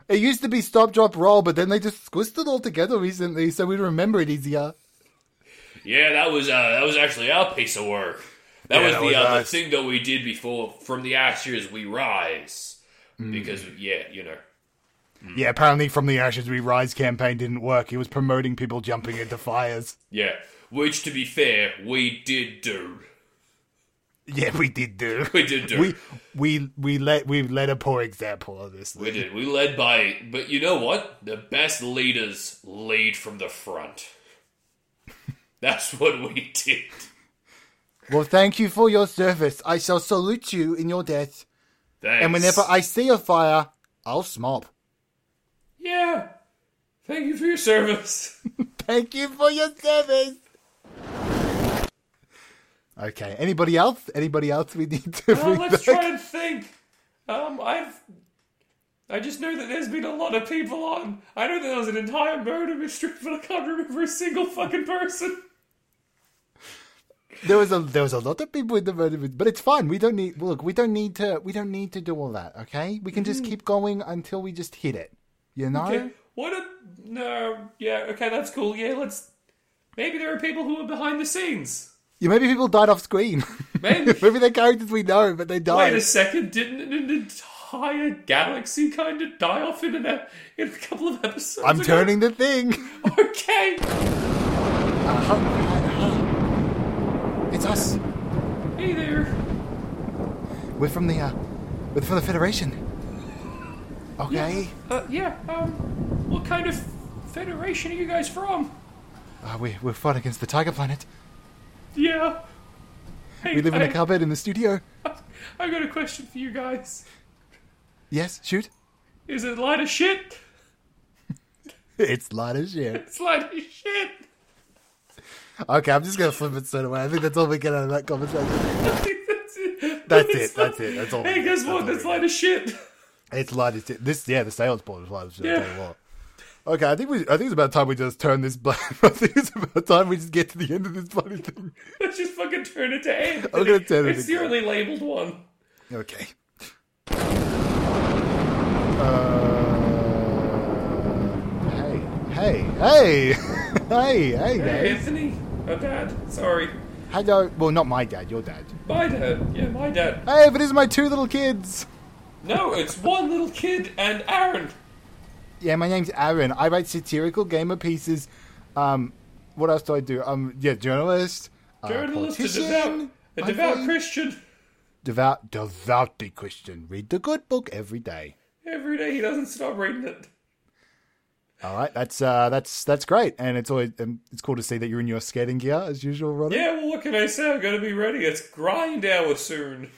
S1: It used to be stop, drop, roll, but then they just squished it all together recently, so we remember it easier.
S2: Yeah, that was uh, that was actually our piece of work. That
S1: Yeah,
S2: was
S1: that
S2: the
S1: was
S2: uh, the
S1: us.
S2: thing that we did before from the ashes we rise.
S1: Hmm.
S2: Because yeah, you know.
S1: Yeah, apparently from the Ashes We Rise campaign didn't work. It was promoting people jumping into fires.
S2: Yeah. Which to be fair, we did do.
S1: Yeah, we did do.
S2: We did do.
S1: [LAUGHS] We we we let we led a poor example of this.
S2: We did. We led by, but you know what? The best leaders lead from the front. [LAUGHS] That's what we did.
S1: Well, thank you for your service. I shall salute you in your death.
S2: Thanks.
S1: And whenever I see a fire, I'll smop.
S2: yeah, thank you for your service.
S1: Thank you for your service. Okay. Anybody else? Anybody else we need to [LAUGHS]
S2: Well,
S1: bring
S2: let's
S1: back?
S2: try and think. Um, I've, I just know that there's been a lot of people on. I know that there was an entire murder mystery, but I can't remember a single fucking person.
S1: There was a there was a lot of people in the murder, mystery, but it's fine. We don't need look. We don't need to. We don't need to do all that. Okay, we can just keep going until we just hit it. You know.
S2: Mm. Okay, [LAUGHS] what a no. Yeah, okay, that's cool. Yeah, let's. Maybe there are people who are behind the scenes.
S1: Yeah, maybe people died off screen.
S2: Maybe.
S1: [LAUGHS] maybe they're characters we know, but they
S2: Wait
S1: died.
S2: a second, didn't an entire galaxy kind of die off in, an, e- in a couple of episodes?
S1: I'm
S2: ago?
S1: turning the thing.
S2: [LAUGHS] Okay!
S1: It's us.
S2: Hey there.
S1: We're from the uh, we're from the Federation. Okay.
S2: Uh, yeah, um, what kind of federation are you guys from?
S1: Uh, we we fought against the Tiger Planet.
S2: Yeah. Hey,
S1: We live in
S2: [LAUGHS] I,
S1: a cupboard in the studio.
S2: I got a question for you guys.
S1: Yes, shoot.
S2: Is it light as shit?
S1: [LAUGHS] It's light as shit.
S2: It's light as shit!
S1: Okay, I'm just gonna flip it straight away. I think that's all we get out of that conversation.
S2: [LAUGHS] that's it.
S1: That's it, that's it, that's all we
S2: Hey,
S1: get,
S2: guess
S1: that's
S2: what?
S1: all we
S2: That's
S1: get.
S2: light as shit.
S1: It's light as shit. This, yeah, the sales board is light as shit. I tell
S2: Yeah.
S1: you what. Okay, I think we. I think it's about time we just turn this. Black, [LAUGHS] I think it's about time we just get to the end of this bloody thing.
S2: [LAUGHS] Let's just fucking turn it to Anthony.
S1: I'm gonna turn it
S2: It's the
S1: again.
S2: only labeled one.
S1: Okay. Uh, hey, hey, [LAUGHS] hey, hey, hey, Dad.
S2: Anthony, my dad. Sorry,
S1: Hello. Well, not my dad. Your dad.
S2: my dad. Yeah, my dad.
S1: Hey, but it's my two little kids.
S2: No, it's one little kid and Aaron.
S1: Yeah, my name's Aaron. I write satirical gamer pieces. Um, what else do I do? Um, yeah, journalist. uh,
S2: Journalist, a
S1: politician,
S2: devout, a
S1: I
S2: devout
S1: think.
S2: Christian.
S1: devout, devoutly Christian. Read the good book every day.
S2: Every day he doesn't stop reading it.
S1: All right, that's uh, that's that's great, and it's always um, it's cool to see that you're in your skating gear as usual, Roddy.
S2: Yeah, well, what can I say? I'm gonna be ready. It's grind hour soon.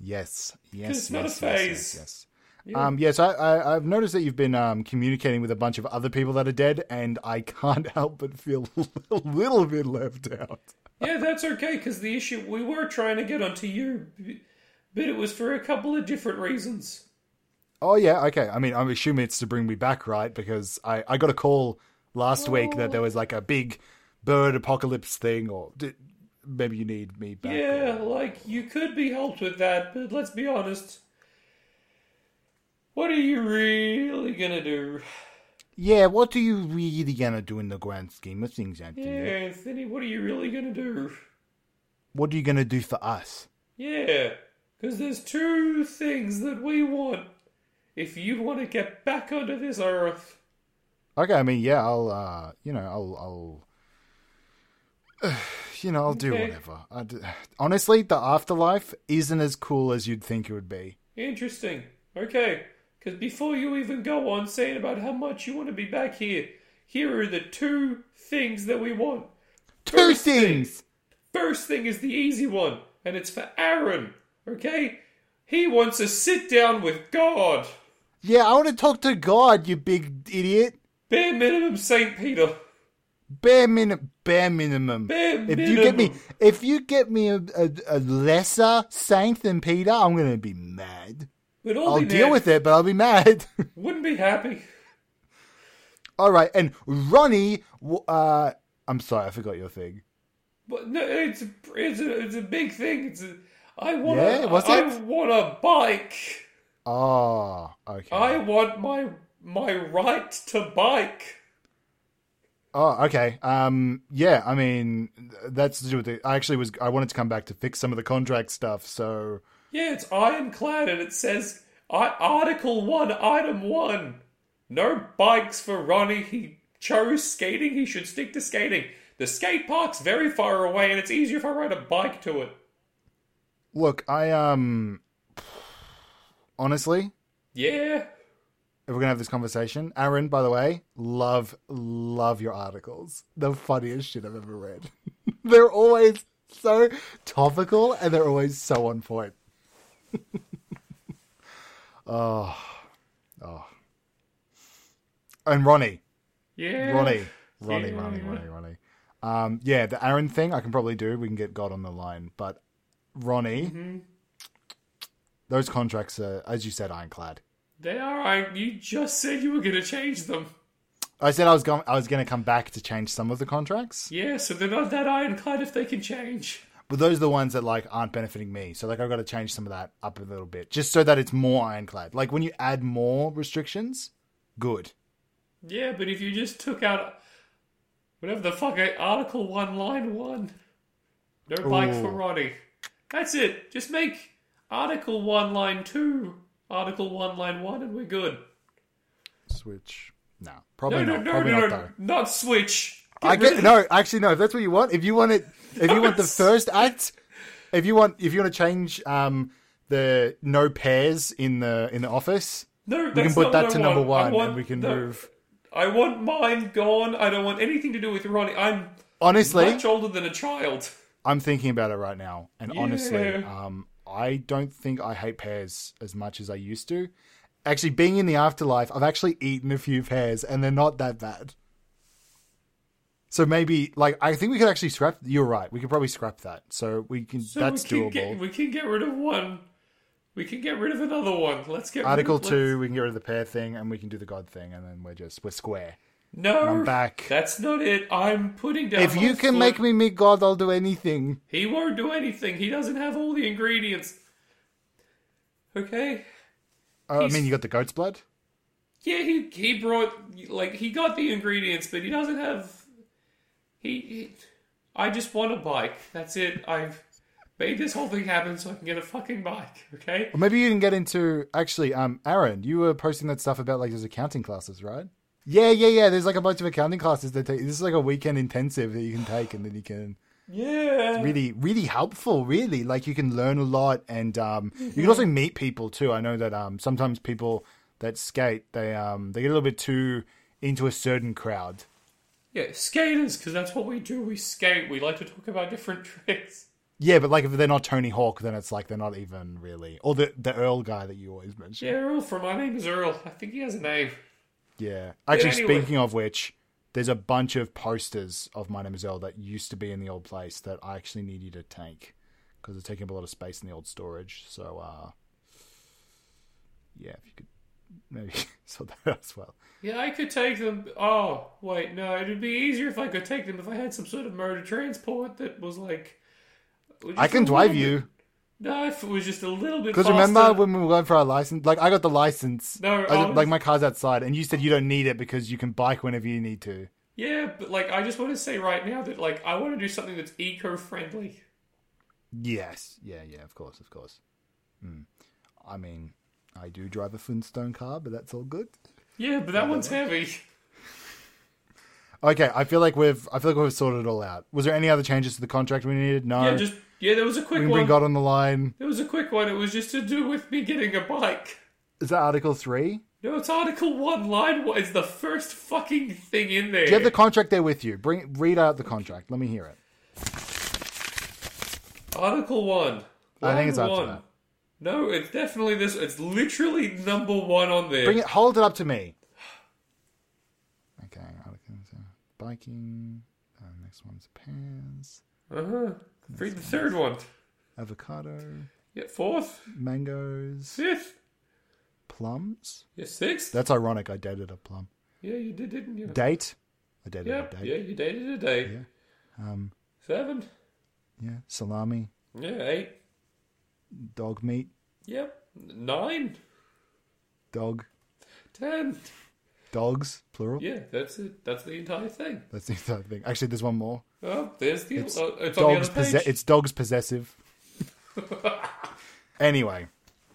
S1: Yes, yes,
S2: It's not a
S1: yes, yes,
S2: phase.
S1: yes, yes. Um, yes, I, I, I've noticed that you've been um, communicating with a bunch of other people that are dead, and I can't [LAUGHS] help but feel a little bit left out.
S2: Yeah, that's okay, because the issue we were trying to get onto you, but it was for a couple of different reasons.
S1: Oh yeah, okay. I mean, I'm assuming it's to bring me back, right? Because I, I got a call last week that there was like a big bird apocalypse thing, or d- maybe you need me back.
S2: Yeah,
S1: or-
S2: like you could be helped with that, but let's be honest. What are you really gonna do?
S1: yeah. What do you really gonna do in the grand scheme of things, Anthony?
S2: Yeah, Anthony, what are you really gonna do?
S1: What are you gonna do for us?
S2: Yeah, because there's two things that we want if you want to get back onto this earth.
S1: Okay, I mean, yeah, I'll, uh, you know, I'll, I'll, [SIGHS] you know, I'll do
S2: Okay.
S1: whatever. I d- honestly, the afterlife isn't as cool as you'd think it would be.
S2: Interesting. Okay. Because before you even go on saying about how much you want to be back here, here are the two things that we want.
S1: Two
S2: First thing.
S1: things.
S2: First thing is the easy one, and it's for Aaron. Okay? He wants a sit down with God.
S1: Yeah, I want to talk to God, you big idiot.
S2: Bare minimum, St. Peter.
S1: Bare minimum. Bare minimum.
S2: Bare
S1: if you get me,
S2: minimum.
S1: if you get me a, a, a lesser saint than Peter, I'm gonna be mad.
S2: But all
S1: I'll deal with it, but I'll be mad. [LAUGHS]
S2: Wouldn't be happy.
S1: All right, and Ronnie. w- Uh, I'm sorry, I forgot your thing.
S2: But no, it's a, it's a, it's a big thing. It's a, I want
S1: Yeah,
S2: a,
S1: was
S2: I
S1: it?
S2: want a bike.
S1: Oh, okay.
S2: I want my my right to bike.
S1: Oh, okay. Um, yeah. I mean, th- that's to do with it. I actually was. I wanted to come back to fix some of the contract stuff. So
S2: Yeah, it's ironclad and it says I, Article 1, Item 1. No bikes for Ronnie. He chose skating. He should stick to skating. The skate park's very far away and it's easier if I ride a bike to it.
S1: look, I um, [SIGHS] honestly,
S2: Yeah.
S1: if we're gonna have this conversation, Aaron, by the way, love love your articles. The funniest shit I've ever read. [LAUGHS] they're always so topical and they're always so on point. [LAUGHS] oh, oh, and Ronnie.
S2: Yeah.
S1: Ronnie, Ronnie,
S2: Yeah.
S1: Ronnie, Ronnie, Ronnie. Um, yeah, the Aaron thing I can probably do. We can get God on the line, but Ronnie,
S2: Mm-hmm.
S1: those contracts are, as you said, ironclad.
S2: They are. I, you just said you were going to change them.
S1: I said I was going. I was going to come back to change some of the contracts,
S2: Yeah, so they're not that ironclad if they can change.
S1: but those are the ones that like aren't benefiting me. So like I've got to change some of that up a little bit, just so that it's more ironclad. Like when you add more restrictions, good.
S2: Yeah, but if you just took out whatever the fuck eh, Article One, Line One, no bike for
S1: Ooh.
S2: Ronnie. That's it. Just make Article One, Line Two, Article One, Line One, and we're good.
S1: Switch. No, probably
S2: No, no,
S1: not.
S2: no,
S1: probably
S2: no,
S1: not
S2: no,
S1: though.
S2: not switch.
S1: I
S2: rid
S1: get
S2: of-
S1: no. Actually, no. If that's what you want, if you want it, if you want
S2: [LAUGHS]
S1: the
S2: it's-
S1: first act, if you want, if you want to change um the no pairs in the in the office,
S2: no. That's
S1: we can put
S2: not
S1: that
S2: what
S1: to
S2: I
S1: number
S2: want. I
S1: one,
S2: want
S1: and we can
S2: the-
S1: move.
S2: I want mine gone. I don't want anything to do with Ronnie. I'm
S1: Honestly,
S2: much older than a child.
S1: I'm thinking about it right now, and honestly,
S2: Yeah.
S1: um, I don't think I hate pears as much as I used to. Actually, being in the afterlife, I've actually eaten a few pears, and they're not that bad. So maybe, like, I think we could actually scrap. You're right. We could probably scrap that. So we can.
S2: So
S1: that's
S2: we can
S1: doable.
S2: get we can get rid of one. We can get rid of another one. Let's get
S1: Article
S2: rid of, let's-
S1: two, we can get rid of the pair thing, and we can do the God thing, and then we're just we're square.
S2: No,
S1: I'm back.
S2: That's not it. I'm putting down.
S1: If
S2: my
S1: you can
S2: foot.
S1: make me meet God, I'll do anything.
S2: he won't do anything. He doesn't have all the ingredients. Okay.
S1: Uh, I
S2: He's-
S1: mean, you got the goat's blood.
S2: Yeah, he he brought like he got the ingredients, but he doesn't have. He, he I just want a bike. That's it. I've made this whole thing happen so I can get a fucking bike, okay?
S1: Or maybe you can get into actually, um, Aaron, you were posting that stuff about like those accounting classes, right? Yeah, yeah, yeah. There's like a bunch of accounting classes that take. This is like a weekend intensive that you can take, and then you can
S2: Yeah.
S1: really, really helpful. Really, like you can learn a lot, and um, you can also meet people too. I know that um, sometimes people that skate, they um, they get a little bit too into a certain crowd.
S2: Yeah, skaters, because that's what we do. We skate. We like to talk about different [LAUGHS] tricks.
S1: Yeah, but like if they're not Tony Hawk, then it's like they're not even really, or the the Earl guy that you always mention.
S2: Yeah, Earl from My Name is Earl. I think he has a name.
S1: Yeah. Actually,
S2: anyway.
S1: speaking of which, there's a bunch of posters of My Name Is Earl that used to be in the old place that I actually need you to take because they're taking up a lot of space in the old storage. So, uh, yeah, if you could [LAUGHS] maybe sort that out as well.
S2: Yeah, I could take them. Oh, wait, no, it'd be easier if I could take them if I had some sort of murder transport that was like. was
S1: I
S2: just
S1: can
S2: a
S1: drive
S2: little
S1: you
S2: bit- No, if it was just a little bit.
S1: because
S2: Because
S1: remember when we were going for our license? Like, I got the license.
S2: No,
S1: I-
S2: um,
S1: like my car's outside, and you said you don't need it because you can bike whenever you need to.
S2: Yeah, but like, I just want to say right now that like, I want to do something that's eco-friendly.
S1: Yes. Yeah, yeah, of course, of course. Mm. I mean, I do drive a Flintstone car, but that's all good.
S2: Yeah, but that one's heavy.
S1: Okay, I feel like we've I feel like we've sorted it all out. Was there any other changes to the contract we needed? No.
S2: Yeah, just yeah, there was a
S1: we
S2: quick
S1: can bring
S2: one.
S1: God on the line.
S2: There was a quick one. It was just to do with me getting a bike.
S1: Is that Article Three?
S2: No, it's Article One, Line One. It's the first fucking thing in there.
S1: Do you have the contract there with you? Bring read out the contract. Let me hear it.
S2: Article one.
S1: I think it's
S2: Line
S1: after
S2: one.
S1: that.
S2: No, it's definitely this. It's literally number one on there.
S1: Bring it. Hold it up to me. Okay, Article Three. Biking. Uh, next one's pants.
S2: Uh-huh. Read the third one.
S1: Avocado.
S2: Yeah, fourth,
S1: Mangoes.
S2: fifth,
S1: Plums.
S2: yeah, sixth.
S1: That's ironic. I dated a plum.
S2: Yeah, you did, didn't you?
S1: Date. I dated
S2: Yep.
S1: a date.
S2: Yeah, you dated a day.
S1: Yeah. Um.
S2: Seven.
S1: Yeah. Salami.
S2: Yeah, eight.
S1: Dog meat.
S2: Yep. Nine.
S1: Dog.
S2: Ten.
S1: Dogs. Plural.
S2: Yeah, that's it. That's the entire thing.
S1: That's the entire thing. Actually, there's one more.
S2: Oh, there's the.
S1: It's,
S2: oh, it's on the
S1: dogs.
S2: other page.
S1: Posse- it's dogs
S2: [LAUGHS]
S1: possessive. anyway,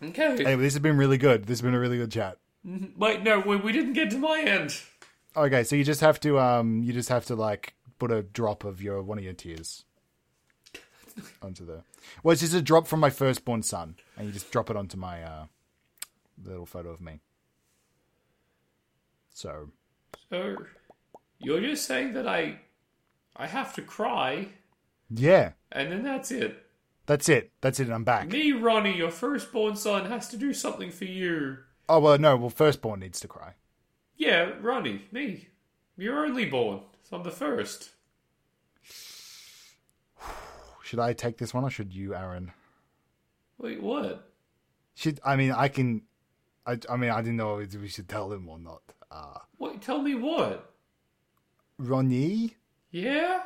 S2: okay.
S1: anyway, this has been really good. This has been a really good chat.
S2: Wait, no, we, we didn't get to my end.
S1: Okay, so you just have to um, you just have to like put a drop of your one of your tears onto the. Well, it's just a drop from my firstborn son, and you just drop it onto my uh, little photo of me. So
S2: So, you're just saying that I, I have to cry,
S1: yeah,
S2: and then that's it.
S1: that's it. That's it. And I'm back.
S2: Me, Ronnie, your firstborn son has to do something for you.
S1: Oh well, no. Well, firstborn needs to cry.
S2: Yeah, Ronnie, me. You're only born. So I'm the first.
S1: Should I take this one, or should you, Aaron?
S2: Wait, what?
S1: Should I mean I can? I, I mean I didn't know if we should tell him or not. Uh,
S2: Wait, tell me what?
S1: Ronnie,
S2: Yeah?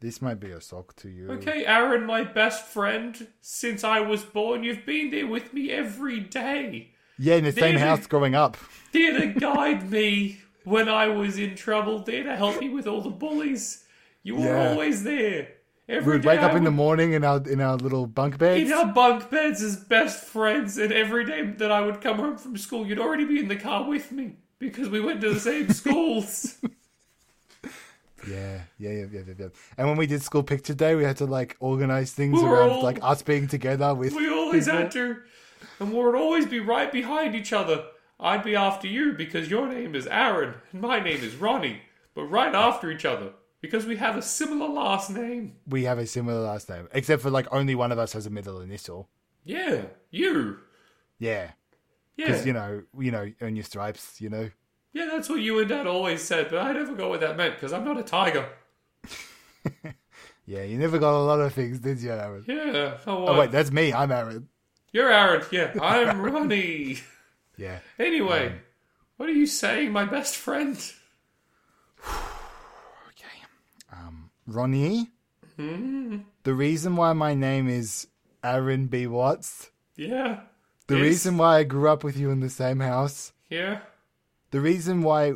S1: this might be a shock to you.
S2: Okay, Aaron, my best friend, since I was born, you've been there with me every day.
S1: Yeah, in the same
S2: David-
S1: house growing
S2: [LAUGHS]
S1: up. [LAUGHS]
S2: There to guide me when I was in trouble, there to help me with all the bullies. You were
S1: Yeah.
S2: always there. Every
S1: We'd
S2: day
S1: wake
S2: I
S1: up in the
S2: would-
S1: morning in our in our little bunk beds.
S2: in our bunk beds as best friends, and every day that I would come home from school, you'd already be in the car with me because we went to
S1: [LAUGHS]
S2: the same schools.
S1: Yeah, yeah, yeah, yeah, yeah, yeah. And when we did school picture day, we had to like organize things
S2: We were
S1: around
S2: all-
S1: like us being together with.
S2: We always had to, and we would always be right behind each other. I'd be after you because your name is Aaron and my name is Ronnie, but right after each other because we have a similar last name.
S1: We have a similar last name, except for like only one of us has a middle initial.
S2: Yeah, you.
S1: Yeah,
S2: Yeah,
S1: because you know, you know, earn your stripes. You know.
S2: yeah, that's what you and Dad always said, but I never got what that meant because I'm not a tiger.
S1: Yeah, you never got a lot of things, did you, Aaron?
S2: Yeah, oh,
S1: Oh
S2: what?
S1: wait, that's me. I'm Aaron.
S2: you're Aaron. Yeah, I'm Ronnie. [LAUGHS]
S1: Yeah.
S2: Anyway,
S1: Um,
S2: what are you saying, my best friend? [LAUGHS]
S1: Okay. Um, Ronnie,
S2: Hmm.
S1: the reason why my name is Aaron B. Watts,
S2: Yeah,
S1: the
S2: Yes.
S1: reason why I grew up with you in the same house,
S2: yeah,
S1: the reason why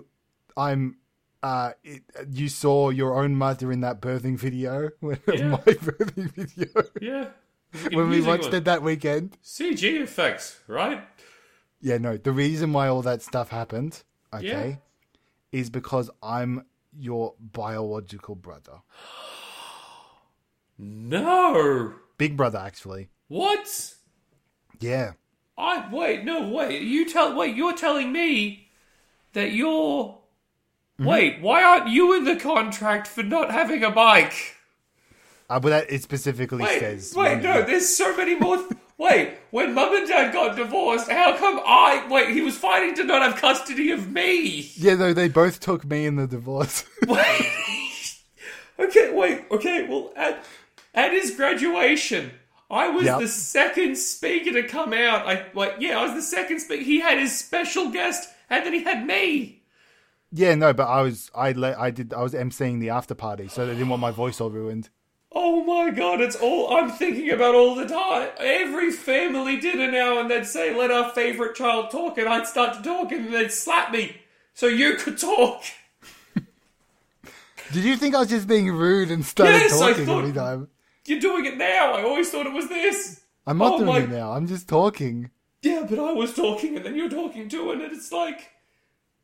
S1: I'm. Uh, it, you saw your own mother in that birthing video, [LAUGHS]
S2: Yeah.
S1: my birthing video.
S2: yeah.
S1: [LAUGHS] when we
S2: Confusing
S1: watched
S2: one.
S1: it that weekend.
S2: CG effects, right?
S1: Yeah, no, the reason why all that stuff happened, okay, is because I'm your biological brother.
S2: No.
S1: Big brother, actually.
S2: What?
S1: Yeah.
S2: I wait. No, wait. You tell. Wait. You're telling me that you're.
S1: Mm-hmm.
S2: Wait. Why aren't you in the contract for not having a bike?
S1: Uh, but that, it specifically
S2: Wait,
S1: says.
S2: wait,
S1: one-
S2: no, there's so many more. Th- [LAUGHS] wait, when mum and dad got divorced, how come I. Wait, he was fighting to not have custody of me.
S1: Yeah, no, they both took me in the divorce. [LAUGHS]
S2: Wait. [LAUGHS] okay, wait, okay, well, at, at his graduation, I was
S1: Yep.
S2: the second speaker to come out. I wait, Yeah, I was the second speaker. He had his special guest, and then he had me.
S1: yeah, no, but I was, I, le- I did, I was emceeing the after party, so they didn't want my voice all ruined.
S2: Oh my god, it's all I'm thinking about all the time. Every family dinner now and they'd say, let our favourite child talk, and I'd start to talk and they'd slap me so you could talk. [LAUGHS]
S1: Did you think I was just being rude and started
S2: Yes, I
S1: talking
S2: thought-
S1: every time?
S2: You're doing it now. I always thought it was this.
S1: I'm not
S2: Oh
S1: doing
S2: my-
S1: it now. I'm just talking.
S2: Yeah, but I was talking and then you're talking too, and it's like,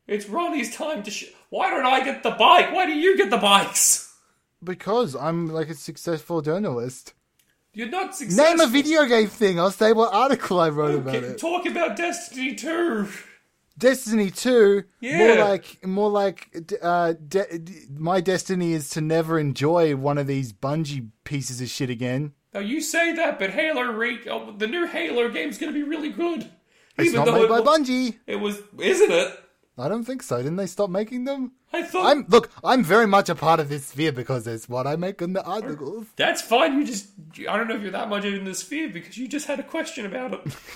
S2: it's Ronnie's time to sh- Why don't I get the bike? Why do you get the bikes?
S1: Because I'm like a successful journalist.
S2: You're not successful.
S1: Name a video game thing. I'll say what article I wrote about it.
S2: Talk about Destiny 2.
S1: Destiny Two, more
S2: Yeah.
S1: like more like uh, de- d- my destiny is to never enjoy one of these bungee pieces of shit again.
S2: Now you say that, but Halo Reach, oh, the new Halo game's going to be really good.
S1: It's
S2: Even
S1: not
S2: though
S1: made
S2: it,
S1: by
S2: wa-
S1: Bungie.
S2: it was, isn't it?
S1: I don't think so. Didn't they stop making them?
S2: I thought
S1: I'm look. I'm very much a part of this sphere because it's what I make in the articles.
S2: that's fine. You just, I don't know if you're that much in the sphere because you just had a question about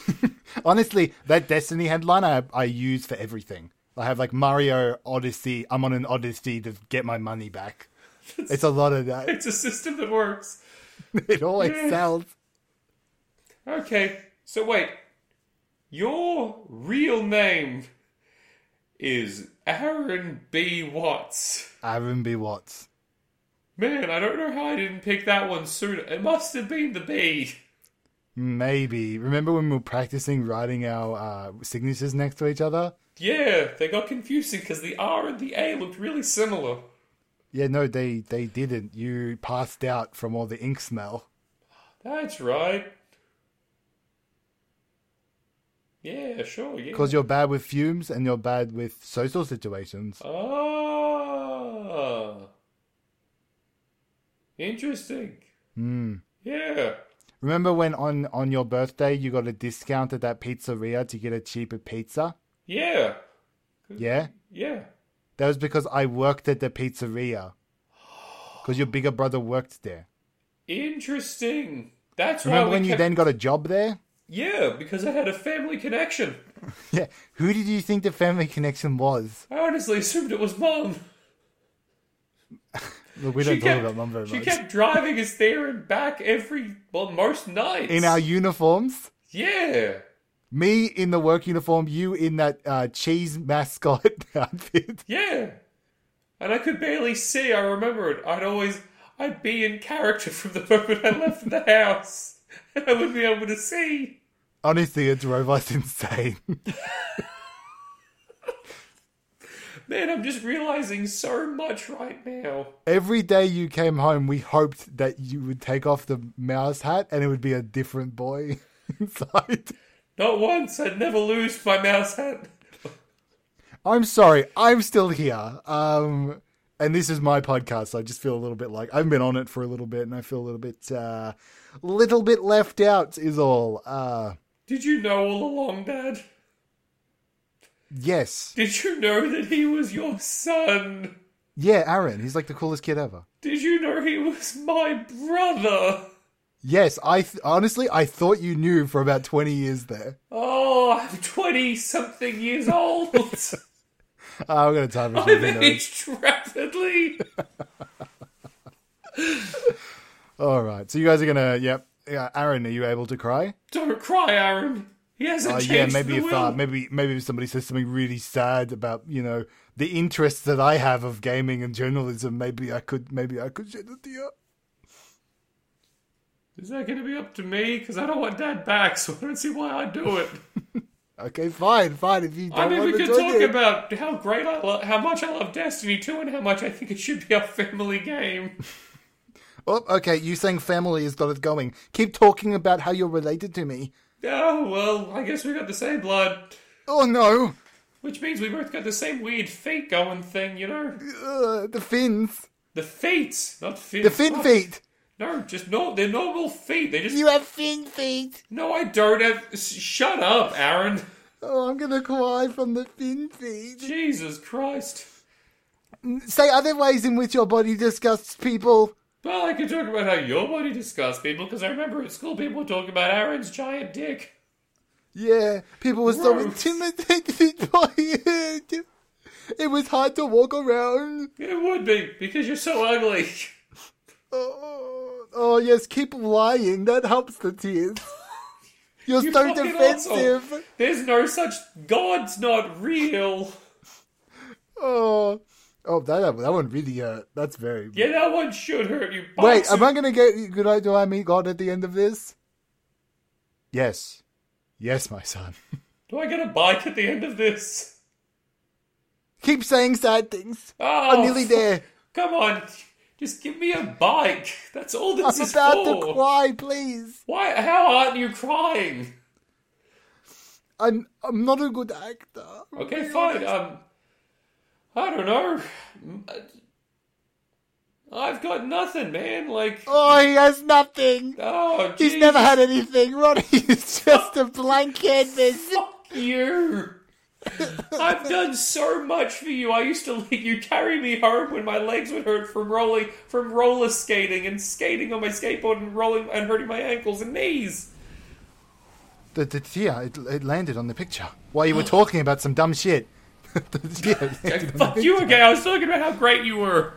S2: it. [LAUGHS]
S1: Honestly, that Destiny headline I, I use for everything. I have like Mario Odyssey. I'm on an Odyssey to get my money
S2: [LAUGHS]
S1: back. It's a lot of that.
S2: it's a system that works.
S1: It always
S2: Yeah.
S1: sells.
S2: Okay, so wait, your real name is Aaron B. Watts.
S1: Aaron B. Watts.
S2: Man, I don't know how I didn't pick that one sooner. It must have been the B.
S1: Maybe. Remember when we were practicing writing our uh, signatures next to each other?
S2: Yeah, they got confusing because the R and the A looked really similar.
S1: Yeah, no, they, they didn't. You passed out from all the ink smell.
S2: That's right. Yeah, sure, yeah.
S1: Because you're bad with fumes and you're bad with social situations.
S2: Ah. Interesting. Hmm. Yeah.
S1: Remember when on, on your birthday you got a discount at that pizzeria to get a cheaper pizza?
S2: Yeah.
S1: Yeah?
S2: Yeah.
S1: That was because I worked at the pizzeria. Because your bigger brother worked there.
S2: Interesting. That's
S1: Remember
S2: why we
S1: when you
S2: kept-
S1: then got a job there? [LAUGHS]
S2: Yeah, because I had a family connection.
S1: Yeah. Who did you think the family connection was?
S2: I honestly [LAUGHS] assumed it was mum.
S1: Look, we don't talk about mum very
S2: she
S1: much.
S2: kept driving us there and back every well most nights.
S1: In our uniforms,
S2: Yeah.
S1: me in the work uniform, you in that uh, cheese mascot [LAUGHS] outfit.
S2: Yeah. And I could barely see, I remember it. I'd always I'd be in character [LAUGHS] from the moment I left the house. [LAUGHS] And I wouldn't be able to see.
S1: Honestly, it drove us insane. [LAUGHS]
S2: Man, I'm just realizing so much right now.
S1: Every day you came home, we hoped that you would take off the mouse hat and it would be a different boy [LAUGHS] inside.
S2: Not once, I'd never lose my mouse hat.
S1: I'm sorry, I'm still here. Um, and this is my podcast, so I just feel a little bit like I've been on it for a little bit, and I feel a little bit, uh, little bit left out. Is all. Uh,
S2: Did you know all along, Dad?
S1: yes,
S2: Did you know that he was your son?
S1: yeah, Aaron, he's like the coolest kid ever.
S2: Did you know he was my brother?
S1: Yes, I th- honestly I thought you knew for about twenty years there.
S2: Oh, I'm 20 something
S1: [LAUGHS]
S2: years old.
S1: Oh, I'm gonna time
S2: I've
S1: it.
S2: aged rapidly.
S1: All right, so you guys are gonna. Yep, yeah, Aaron, are you able to cry?
S2: Don't cry, Aaron. He hasn't [LAUGHS]
S1: Uh,
S2: changed
S1: yeah, maybe
S2: the
S1: if
S2: will.
S1: uh, maybe maybe if somebody says something really sad about you know the interests that I have of gaming and journalism, maybe I could maybe I could shed a tear.
S2: Is that going to be up to me? Because I don't want that back, so I don't see why I
S1: [LAUGHS]
S2: do it.
S1: Okay, fine, fine. If you don't
S2: I mean,
S1: want to
S2: we could
S1: join
S2: talk
S1: it.
S2: about how great I love, how much I love Destiny 2 and how much I think it should be a family game. [LAUGHS]
S1: Oh, okay. You saying family has got it going. Keep talking about how you're related to me.
S2: Oh, well, I guess we got the same blood.
S1: Oh no,
S2: Which means we both got the same weird fate going thing, you know?
S1: uh, the fins,
S2: The fates, not feet.
S1: the fin feet.
S2: No, just no, they're normal feet. They just.
S1: You have fin feet.
S2: No, I don't have. s- Shut up, Aaron.
S1: Oh, I'm gonna cry from the fin feet.
S2: Jesus Christ.
S1: Say other ways in which your body disgusts people.
S2: Well, I could talk about how your body disgusts people because I remember at school people would talk about Aaron's giant dick.
S1: Yeah, people were so
S2: Gross.
S1: intimidated [LAUGHS] by it. It was hard to walk around.
S2: It would be because you're so ugly. [LAUGHS]
S1: Oh, oh yes, keep lying. That helps the
S2: [LAUGHS]
S1: tears. You're
S2: You
S1: so
S2: fucking asshole.
S1: defensive.
S2: There's no such God's not real.
S1: Oh, oh, that that one really hurt. That's very.
S2: Yeah, that one should hurt you.
S1: Wait,
S2: Box
S1: am
S2: of-
S1: I gonna get? Could I? Do I meet God at the end of this? Yes, yes, my son. [LAUGHS]
S2: Do I get a bike at the end of this?
S1: Keep saying sad things.
S2: Oh,
S1: I'm nearly there.
S2: Come on, just give me a bike. That's all
S1: I'm
S2: this is
S1: about
S2: for.
S1: to cry. Please,
S2: Why? How aren't you crying?
S1: I'm I'm not a good actor.
S2: Okay, fine. Um, I don't know. I've got nothing, man. Like,
S1: Oh, he has nothing.
S2: oh,
S1: He's
S2: geez,
S1: never had anything. Ronnie [LAUGHS] is just a blank
S2: [LAUGHS]
S1: canvas.
S2: Fuck you. I've done so much for you. I used to let you carry me home when my legs would hurt from rolling, from roller skating and skating on my skateboard and rolling and hurting my ankles and knees.
S1: The, the tear, it, it landed on the picture while you were talking about some dumb shit. [LAUGHS] the tear
S2: [LAUGHS] Okay,
S1: landed on the
S2: fuck you again. I was talking about how great you were.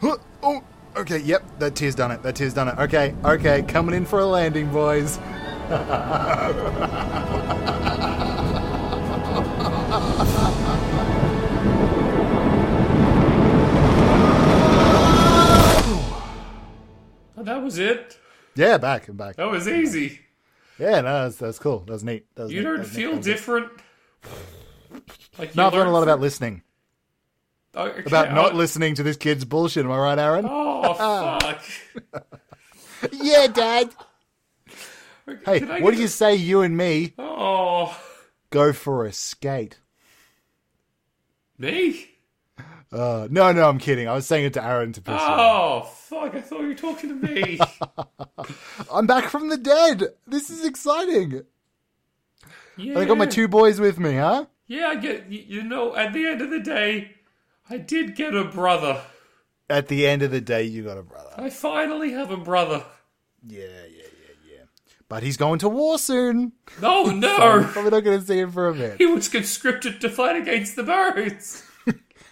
S1: Huh, Oh, okay. Yep, that tear's done it. That tear's done it. Okay, okay. Coming in for a landing, boys.
S2: Oh, that was it.
S1: Yeah, back and back.
S2: That was easy.
S1: Yeah, no, that's that's cool. That's neat. That was
S2: You
S1: neat.
S2: don't
S1: That was neat.
S2: feel
S1: That was neat.
S2: different. Like you
S1: No, I've learned a lot
S2: learned-
S1: about listening,
S2: Oh, okay,
S1: about not
S2: oh,
S1: listening to this kid's bullshit. Am I right, Aaron?
S2: [LAUGHS] Oh fuck!
S1: Yeah, Dad. [LAUGHS] Hey,
S2: Can I
S1: what
S2: get
S1: do you
S2: a-
S1: say? You and me
S2: Oh,
S1: go for a skate.
S2: me?
S1: Uh, no, no, I'm kidding. I was saying it to Aaron to piss you off.
S2: Oh fuck! I thought you were talking to
S1: [LAUGHS]
S2: me. Ah.
S1: I'm back from the dead. This is exciting.
S2: yeah.
S1: I got my two boys with me, huh?
S2: Yeah, I get. y- You know, at the end of the day, I did get a brother.
S1: At the end of the day, you got a brother.
S2: I finally have a brother.
S1: Yeah, yeah, yeah, yeah. But he's going to war soon. [LAUGHS]
S2: No, no.
S1: Probably not going to see him for a bit. [LAUGHS]
S2: He was conscripted to fight against the birds.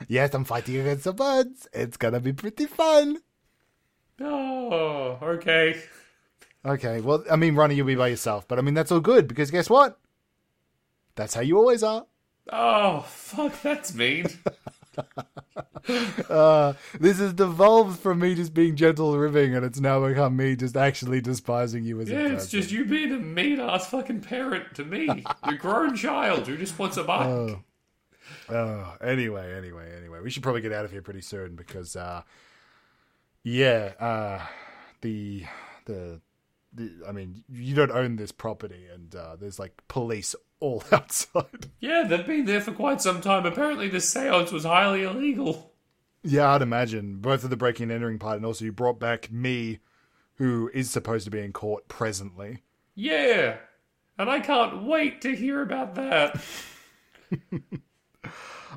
S1: Yes, I'm fighting against the birds. It's going to be pretty fun.
S2: [LAUGHS] Oh, okay.
S1: Okay, well, I mean, Ronnie, you'll be by yourself. But I mean, that's all good because guess what? That's how you always are.
S2: Oh, fuck, that's mean.
S1: This has devolved from me just being gentle and ribbing, and it's now become me just actually despising you as a
S2: Yeah,
S1: person.
S2: it's just you being a mean ass fucking parent to me. Your grown child who just wants a bike.
S1: Oh, anyway, anyway, anyway, we should probably get out of here pretty soon because, uh, yeah, uh, the, the, the, I mean, you don't own this property, and uh, there's like police all [LAUGHS] outside.
S2: Yeah, they've been there for quite some time. Apparently, this seance was highly illegal.
S1: yeah, I'd imagine both of the breaking and entering part, and also you brought back me, who is supposed to be in court presently.
S2: Yeah. And I can't wait to hear about that.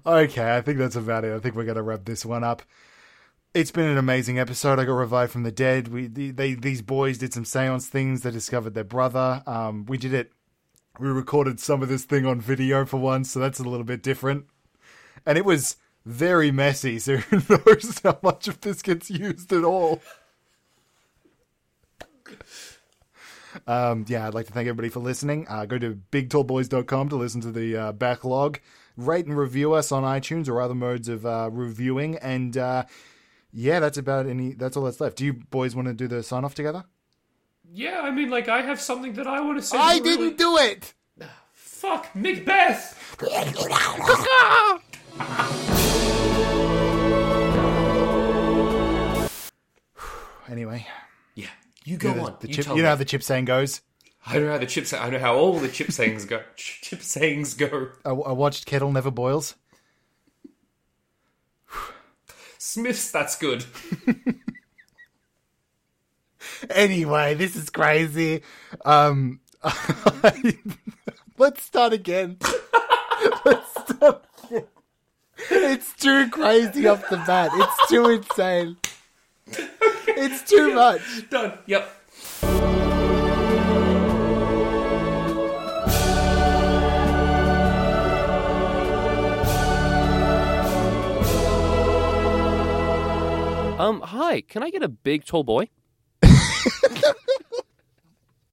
S1: Okay, I think that's about it. I think we're going to wrap this one up. It's been an amazing episode. I got revived from the dead. We the, they, these boys did some seance things. They discovered their brother. Um, we did it. We recorded some of this thing on video for once, so that's a little bit different. And it was very messy. So [LAUGHS] who knows how much of this gets used at all? Um, yeah, I'd like to thank everybody for listening. Uh, go to bigtallboys.com to listen to the uh, backlog. Rate and review us on iTunes or other modes of uh, reviewing. And uh, yeah, that's about any. That's all that's left. Do you boys want to do the sign off together?
S2: yeah, I mean, like, I have something that I want to say.
S1: I
S2: that really-
S1: didn't do it.
S2: Fuck, Macbeth!
S1: [SIGHS] Anyway,
S2: Yeah, you go
S1: you know,
S2: on.
S1: the
S2: you
S1: chip,
S2: tell
S1: you know
S2: me.
S1: how the chip saying goes.
S2: I don't know how the chip. I don't know how all the chip sayings go. [LAUGHS] chip sayings go.
S1: I, I watched kettle never boils.
S2: Smiths, that's good.
S1: [LAUGHS] Anyway, this is crazy. Um, [LAUGHS] let's start again. [LAUGHS] let's start again. It's too crazy off the bat. It's too insane. It's too much.
S2: Done. Yep.
S3: Um, hi, can I get a big tall boy?